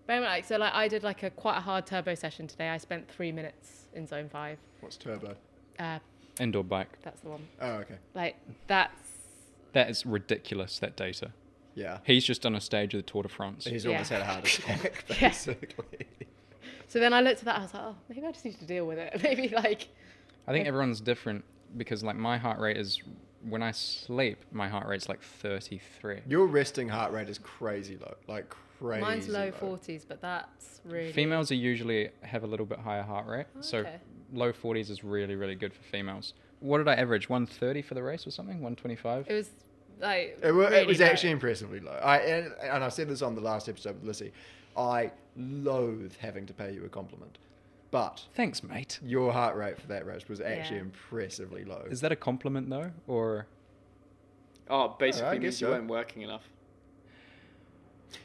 S2: Very much like, so like I did like a quite a hard turbo session today. I spent three minutes in zone five.
S4: What's turbo?
S2: Uh,
S1: Indoor bike.
S2: that's the one.
S4: Oh, okay.
S2: Like that's
S1: That is ridiculous. That data.
S4: Yeah.
S1: He's just done a stage of the Tour de France.
S4: He's
S2: Yeah.
S4: almost had a heart attack,
S2: Yeah.
S4: basically.
S2: so. Then I looked at that. I was like, oh, maybe I just need to deal with it. Maybe like
S1: I think
S2: Okay.
S1: everyone's different because like my heart rate is when I sleep, my heart rate's like 33.
S4: Your resting heart rate is crazy low, like crazy.
S2: mine's low 40s, but that's really Oh,
S1: Females are usually have a little bit higher heart rate, so
S2: Okay.
S1: low 40s is really really good for females. What did I average? 130 for the race or something? 125?
S2: It was like
S4: It, wa-
S2: really
S4: it was
S2: low.
S4: actually impressively low. I and, and I said this on the last episode with Lissy. I loathe having to pay you a compliment, but
S1: Thanks, mate.
S4: your heart rate for that race was actually
S2: Yeah.
S4: impressively low.
S1: Is that a compliment though, or
S3: Oh, basically
S4: I
S3: means
S4: guess
S3: you
S4: so.
S3: weren't working enough.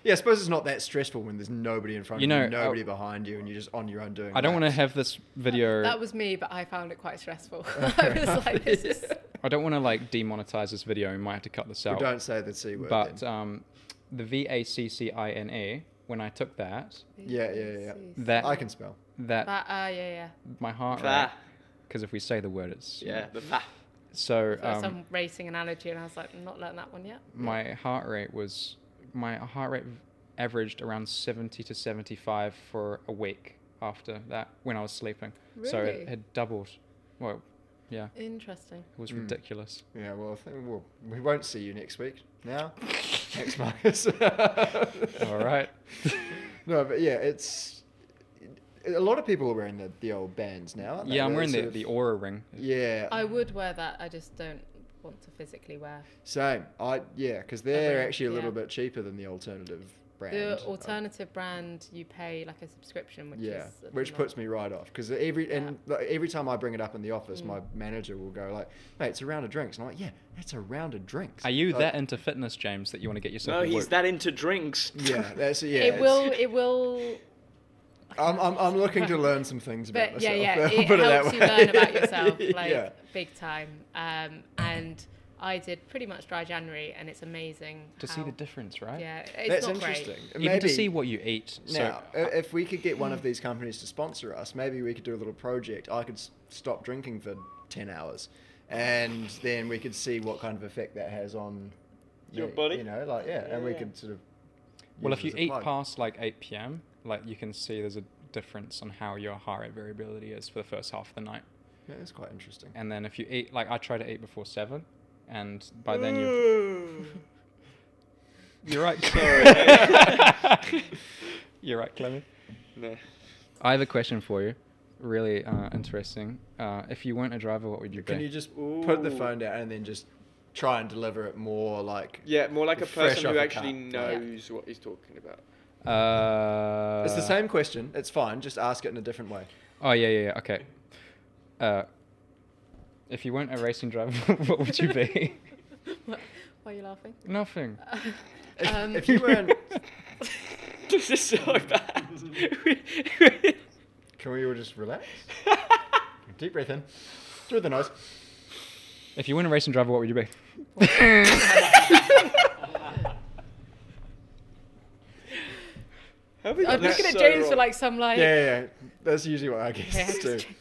S4: Yeah, I suppose it's not that stressful when there's nobody in front
S1: You
S4: of you,
S1: know, uh,
S4: nobody behind you, and you're just on your own doing.
S1: I don't want to
S4: laps.
S1: have this video.
S2: That was me, but I found it quite stressful. I was like, this is.
S1: I don't want to like demonetize this video. We might have to cut this out.
S4: We don't say the c word.
S1: but
S4: then.
S1: um, the V A C C I N E. When I took that,
S4: Yeah, yeah, yeah.
S1: That-
S4: I can spell.
S1: that,
S2: That, uh, yeah, yeah.
S1: my heart rate.
S3: Bah.
S1: Because if we say the word, it's
S3: Yeah, the bah.
S1: So
S2: There was
S1: um,
S2: some racing analogy, and I was like, I'm not learning that one yet.
S1: my heart rate was my heart rate averaged around 70 to 75 for a week after that when I was sleeping. So
S2: Really?
S1: it had doubled. Well, yeah, it
S2: Interesting.
S1: was
S4: Mm.
S1: ridiculous.
S4: Yeah, well, I think we'll, we won't see you next week. Now, thanks, Marcus.
S1: All right.
S4: No, but yeah, it's a lot of people are wearing the, the old bands now. Aren't they?
S1: Yeah, I'm
S4: They're
S1: wearing the,
S4: sort of-
S1: the aura ring.
S4: Yeah,
S2: I would wear that, I just don't want to physically wear.
S4: same. I yeah, because they're
S2: Other-
S4: actually a little
S2: yeah.
S4: bit cheaper than the alternative brand.
S2: The
S4: alternative.
S2: alternative brand, you pay like a subscription, which
S4: yeah,
S2: is. a
S4: which
S2: lot.
S4: puts me right off because every
S2: Yeah.
S4: and like, every time I bring it up in the office,
S2: Mm.
S4: my manager will go like, "Mate, it's a round of drinks," and I'm like, "Yeah, that's a round of drinks."
S1: Are you
S4: Like,
S1: that into fitness, James, that you want to get yourself
S3: No,
S1: a
S3: he's
S1: whoop?
S3: that into drinks.
S4: Yeah, that's yeah.
S2: it
S4: it's-
S2: will, it will.
S4: I'm, I'm, I'm looking to learn some things about
S2: But yeah,
S4: myself.
S2: yeah,
S4: I'll
S2: it
S4: put that
S2: helps you
S4: way.
S2: learn about yourself, like
S4: yeah.
S2: big time. Um, and I did pretty much dry January, and it's amazing
S1: To see the
S2: how-
S1: difference, right?
S2: Yeah, it's
S4: That's
S2: not
S4: interesting.
S2: great.
S1: Even to see what you eat. So
S4: Now, i if we could get one of these companies to sponsor us, maybe we could do a little project. I could s- stop drinking for 10 hours and then we could see what kind of effect that has on
S3: Your
S4: me,
S3: body?
S4: You know, like, yeah, and we
S3: Yeah.
S4: could sort of.
S1: well,
S4: use
S1: if
S4: it
S1: you
S4: as a
S1: eat
S4: plug.
S1: past like 8 p.m., like you can see there's a difference on how your heart rate variability is for the first half of the night.
S4: Yeah, that's quite interesting.
S1: And then if you eat, like I try to eat before seven, and by then you you're right.
S3: Sorry.
S1: you're right, Clemmy.
S3: No.
S1: I have a question for you. Really uh, interesting. Uh, if you weren't a driver, what would you
S4: Can
S1: be?
S4: you just put the
S3: Ooh.
S4: phone down and then just try and deliver it more like.
S3: Yeah, more like a
S4: Fresh
S3: person
S4: off
S3: who
S4: a
S3: actually
S4: cut.
S2: Yeah.
S3: knows what he's talking about.
S1: uh,
S4: It's the same question. It's fine. Just ask it in a different way.
S1: Oh yeah, yeah, yeah. Okay. Uh, if you weren't a racing driver, what would you be?
S2: Why why are you laughing?
S1: Nothing.
S4: If,
S2: Um,
S4: if you weren't.
S3: this is so bad.
S4: Can we all just relax? Deep breath in through the nose.
S1: If you weren't a racing driver, what would you be?
S2: I'm looking at James for like some like.
S4: Yeah, yeah, yeah. that's usually what I guess
S2: Yeah, just
S4: too.
S2: check-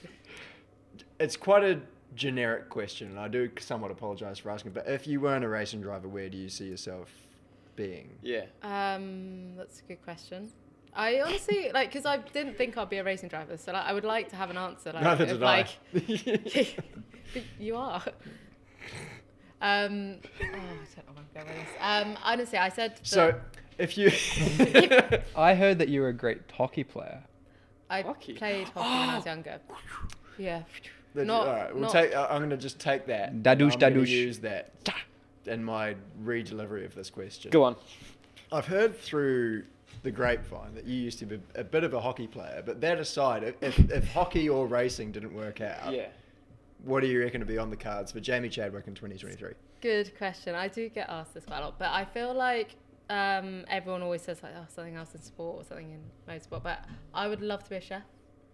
S4: It's quite a generic question, and I do somewhat apologise for asking. But if you weren't a racing driver, where do you see yourself being?
S3: Yeah.
S2: Um, that's a good question. I honestly like because I didn't think I'd be a racing driver, so like, I would like to have an answer. Like,
S4: Neither
S2: of,
S4: did
S2: like,
S4: I.
S2: but you are. Um, oh, I don't know where I'm going with this. Um, honestly, I said that
S4: so, if you
S1: I heard that you were a great hockey player.
S2: I
S3: Hockey.
S2: played hockey when I was younger. Yeah. Not-
S4: all right, we'll
S2: not-
S4: take. I- I'm going to just take that. and
S1: Dadoosh,
S4: I'm gonna
S1: dadoosh.
S4: Use that in my re-delivery of this question.
S3: Go on.
S4: I've heard through the grapevine that you used to be a bit of a hockey player, but that aside, if- if, if hockey or racing didn't work out,
S3: Yeah.
S4: what do you reckon would be on the cards for Jamie Chadwick in 2023?
S2: Good question. I do get asked this quite a lot, but I feel like um, everyone always says like, oh, something else in sport or something in motorsport, but I would love to be a chef.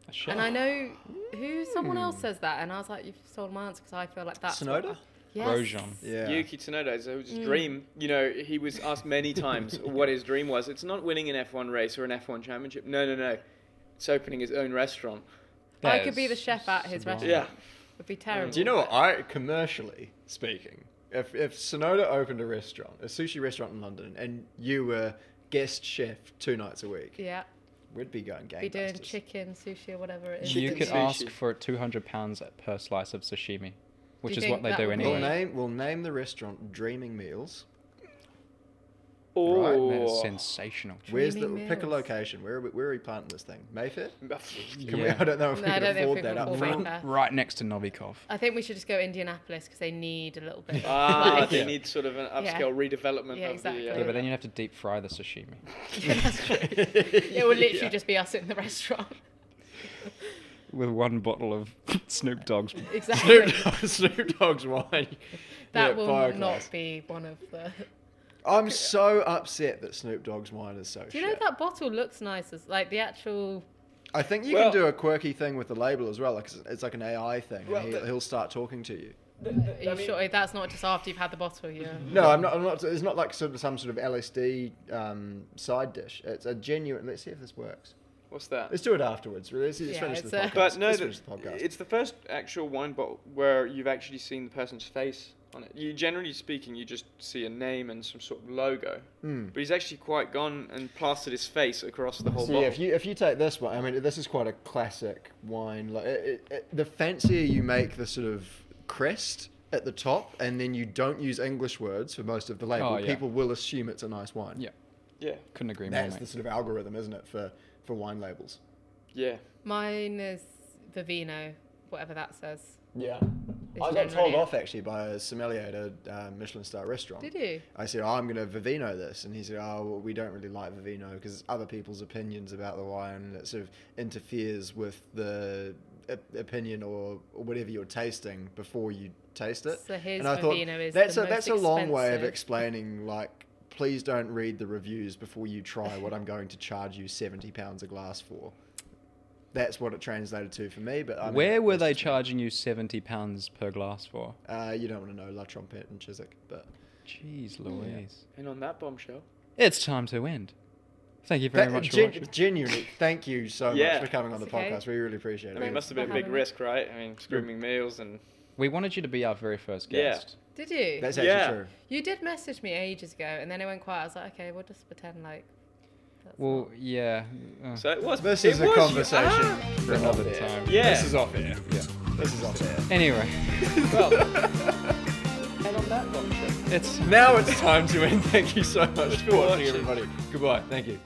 S1: A chef.
S2: And I know who someone
S3: Hmm.
S2: else says that, and I was like, you've stolen my answer because I feel like that's what-
S4: Sonoda?
S2: Yes.
S1: Grosjean.
S4: Yeah.
S3: Yuki Tsunoda is his
S2: Mm.
S3: dream. You know, he was asked many times what his dream was. It's not winning an F1 race or an F1 championship. No, no, no. It's opening his own restaurant.
S2: I
S1: That
S2: could be
S1: is
S2: the chef at his
S1: sublime.
S2: restaurant.
S3: Yeah.
S2: Would be terrible.
S4: Do you know what I commercially speaking, if if Sonoda opened a restaurant, a sushi restaurant in London, and you were guest chef two nights a week,
S2: Yeah.
S4: we'd be going gangbusters.
S2: Be doing chicken, sushi, or whatever it is.
S1: You
S3: Chicken
S1: could
S3: sushi.
S1: ask for two hundred pounds per slice of sashimi, which
S2: you
S1: is
S2: think
S1: what they
S2: that
S1: do
S2: would be-
S4: We'll
S1: anyway.
S4: name we'll name the restaurant Dreaming Meals.
S1: Right, that is
S3: Oh.
S1: sensational.
S4: Where's the
S2: Dreaming
S4: pick a
S2: Meals.
S4: location? Where are we, where are we planting this thing? Mayfair? Can we,
S1: Yeah.
S4: I don't know if
S2: No,
S4: we
S2: I
S4: can
S2: don't think
S4: afford
S2: we
S4: that
S2: can
S4: up
S2: afford
S4: front.
S2: that.
S1: Right next to Novikov.
S2: I think we should just go Indianapolis because they need a little bit.
S3: Ah,
S2: like-
S3: they
S4: Yeah.
S3: need sort of an upscale redevelopment
S2: Yeah,
S3: of
S2: exactly.
S3: the. Uh,
S1: Yeah, but then you have to deep fry the sashimi.
S2: it would literally just be us in the restaurant.
S1: With one bottle of Snoop Dogg's.
S2: Exactly.
S4: Snoop, Dogg- Snoop Dogg's wine.
S2: that
S4: Yeah,
S2: will
S4: fire
S2: not
S4: glass.
S2: be one of the.
S4: I'm so upset that Snoop Dogg's wine is so
S2: Do you know
S4: shit.
S2: that bottle looks nice as like the actual?
S4: I think you
S3: Well-
S4: can do a quirky thing with the label as well. Like it's, it's like an AI thing.
S3: Well,
S4: and he'll,
S3: the-
S4: he'll start talking to you.
S2: Are you sure that's not just after you've had the bottle? Yeah.
S4: No, I'm not. I'm not. It's not like some, some sort of LSD um, side dish. It's a genuine. Let's see if this works.
S3: what's that?
S4: Let's do it afterwards. Let's, let's
S2: Yeah,
S4: finish
S2: it's
S4: the
S2: a-
S4: podcast.
S3: But no,
S4: Let's
S3: the,
S4: finish the podcast.
S3: it's the first actual wine bottle where you've actually seen the person's face on it. You generally speaking, you just see a name and some sort of logo,
S4: Hmm.
S3: but he's actually quite gone and plastered his face across the whole
S4: So,
S3: bottle.
S4: yeah, if you if you take this one, I mean, this is quite a classic wine. Like it, it, it, the fancier you make the sort of crest at the top, and then you don't use English words for most of the label,
S1: Oh, yeah.
S4: people will assume it's a nice wine.
S1: Yeah,
S3: yeah,
S1: couldn't agree more.
S4: that's
S1: mate.
S4: the sort of algorithm, isn't it, for for wine labels?
S3: yeah.
S2: Mine is Vivino, whatever that says.
S4: Yeah.
S2: It's
S4: I got told
S2: generally-
S4: off actually by a sommelier at a uh, Michelin star restaurant.
S2: Did you?
S4: I said, oh, I'm going to Vivino this. And he said, oh, well, we don't really like Vivino because it's other people's opinions about the wine and it sort of interferes with the op- opinion or, or whatever you're tasting before you taste it.
S2: So his
S4: and I thought,
S2: Vivino is
S4: that's,
S2: the
S4: a, that's
S2: most
S4: a long way of
S2: expensive."
S4: explaining, like, please don't read the reviews before you try what I'm going to charge you £70 a glass for. That's what it translated to for me. But I mean,
S1: Where were
S4: that's
S1: they
S4: just me.
S1: charging you seventy pounds per glass for?
S4: Uh, you don't want to know La Trompette and Chiswick, but
S1: Jeez Louise!
S3: And on that bombshell,
S1: It's time to end. Thank you very
S4: That-
S1: much for
S4: gen-
S1: watching.
S4: Genuinely, thank you so
S3: Yeah.
S4: much for coming on the
S2: It's okay.
S4: podcast. We really appreciate
S3: I
S4: it.
S3: mean, it must have been a
S2: for
S3: big
S2: having me.
S3: risk, right? I mean, screaming meals and
S1: We wanted you to be our very first
S3: Yeah.
S1: guest.
S2: Did you?
S4: That's
S3: Yeah.
S4: actually true.
S2: You did message me ages ago, and then it went quiet. I was like, okay, we'll just pretend like. That's
S1: Well, yeah. uh,
S3: so it was.
S4: Hmm. This
S3: it
S4: is a
S3: was-
S4: conversation
S3: ah!
S4: for another
S1: another
S4: time.
S1: time.
S3: Yeah.
S4: This is off air.
S1: Yeah.
S4: This is off air.
S1: Anyway,
S3: Well, and on that bombshell.
S1: it's
S4: Now it's time to end. Thank you so much for watching,
S3: watching.
S4: everybody. Goodbye. Thank you.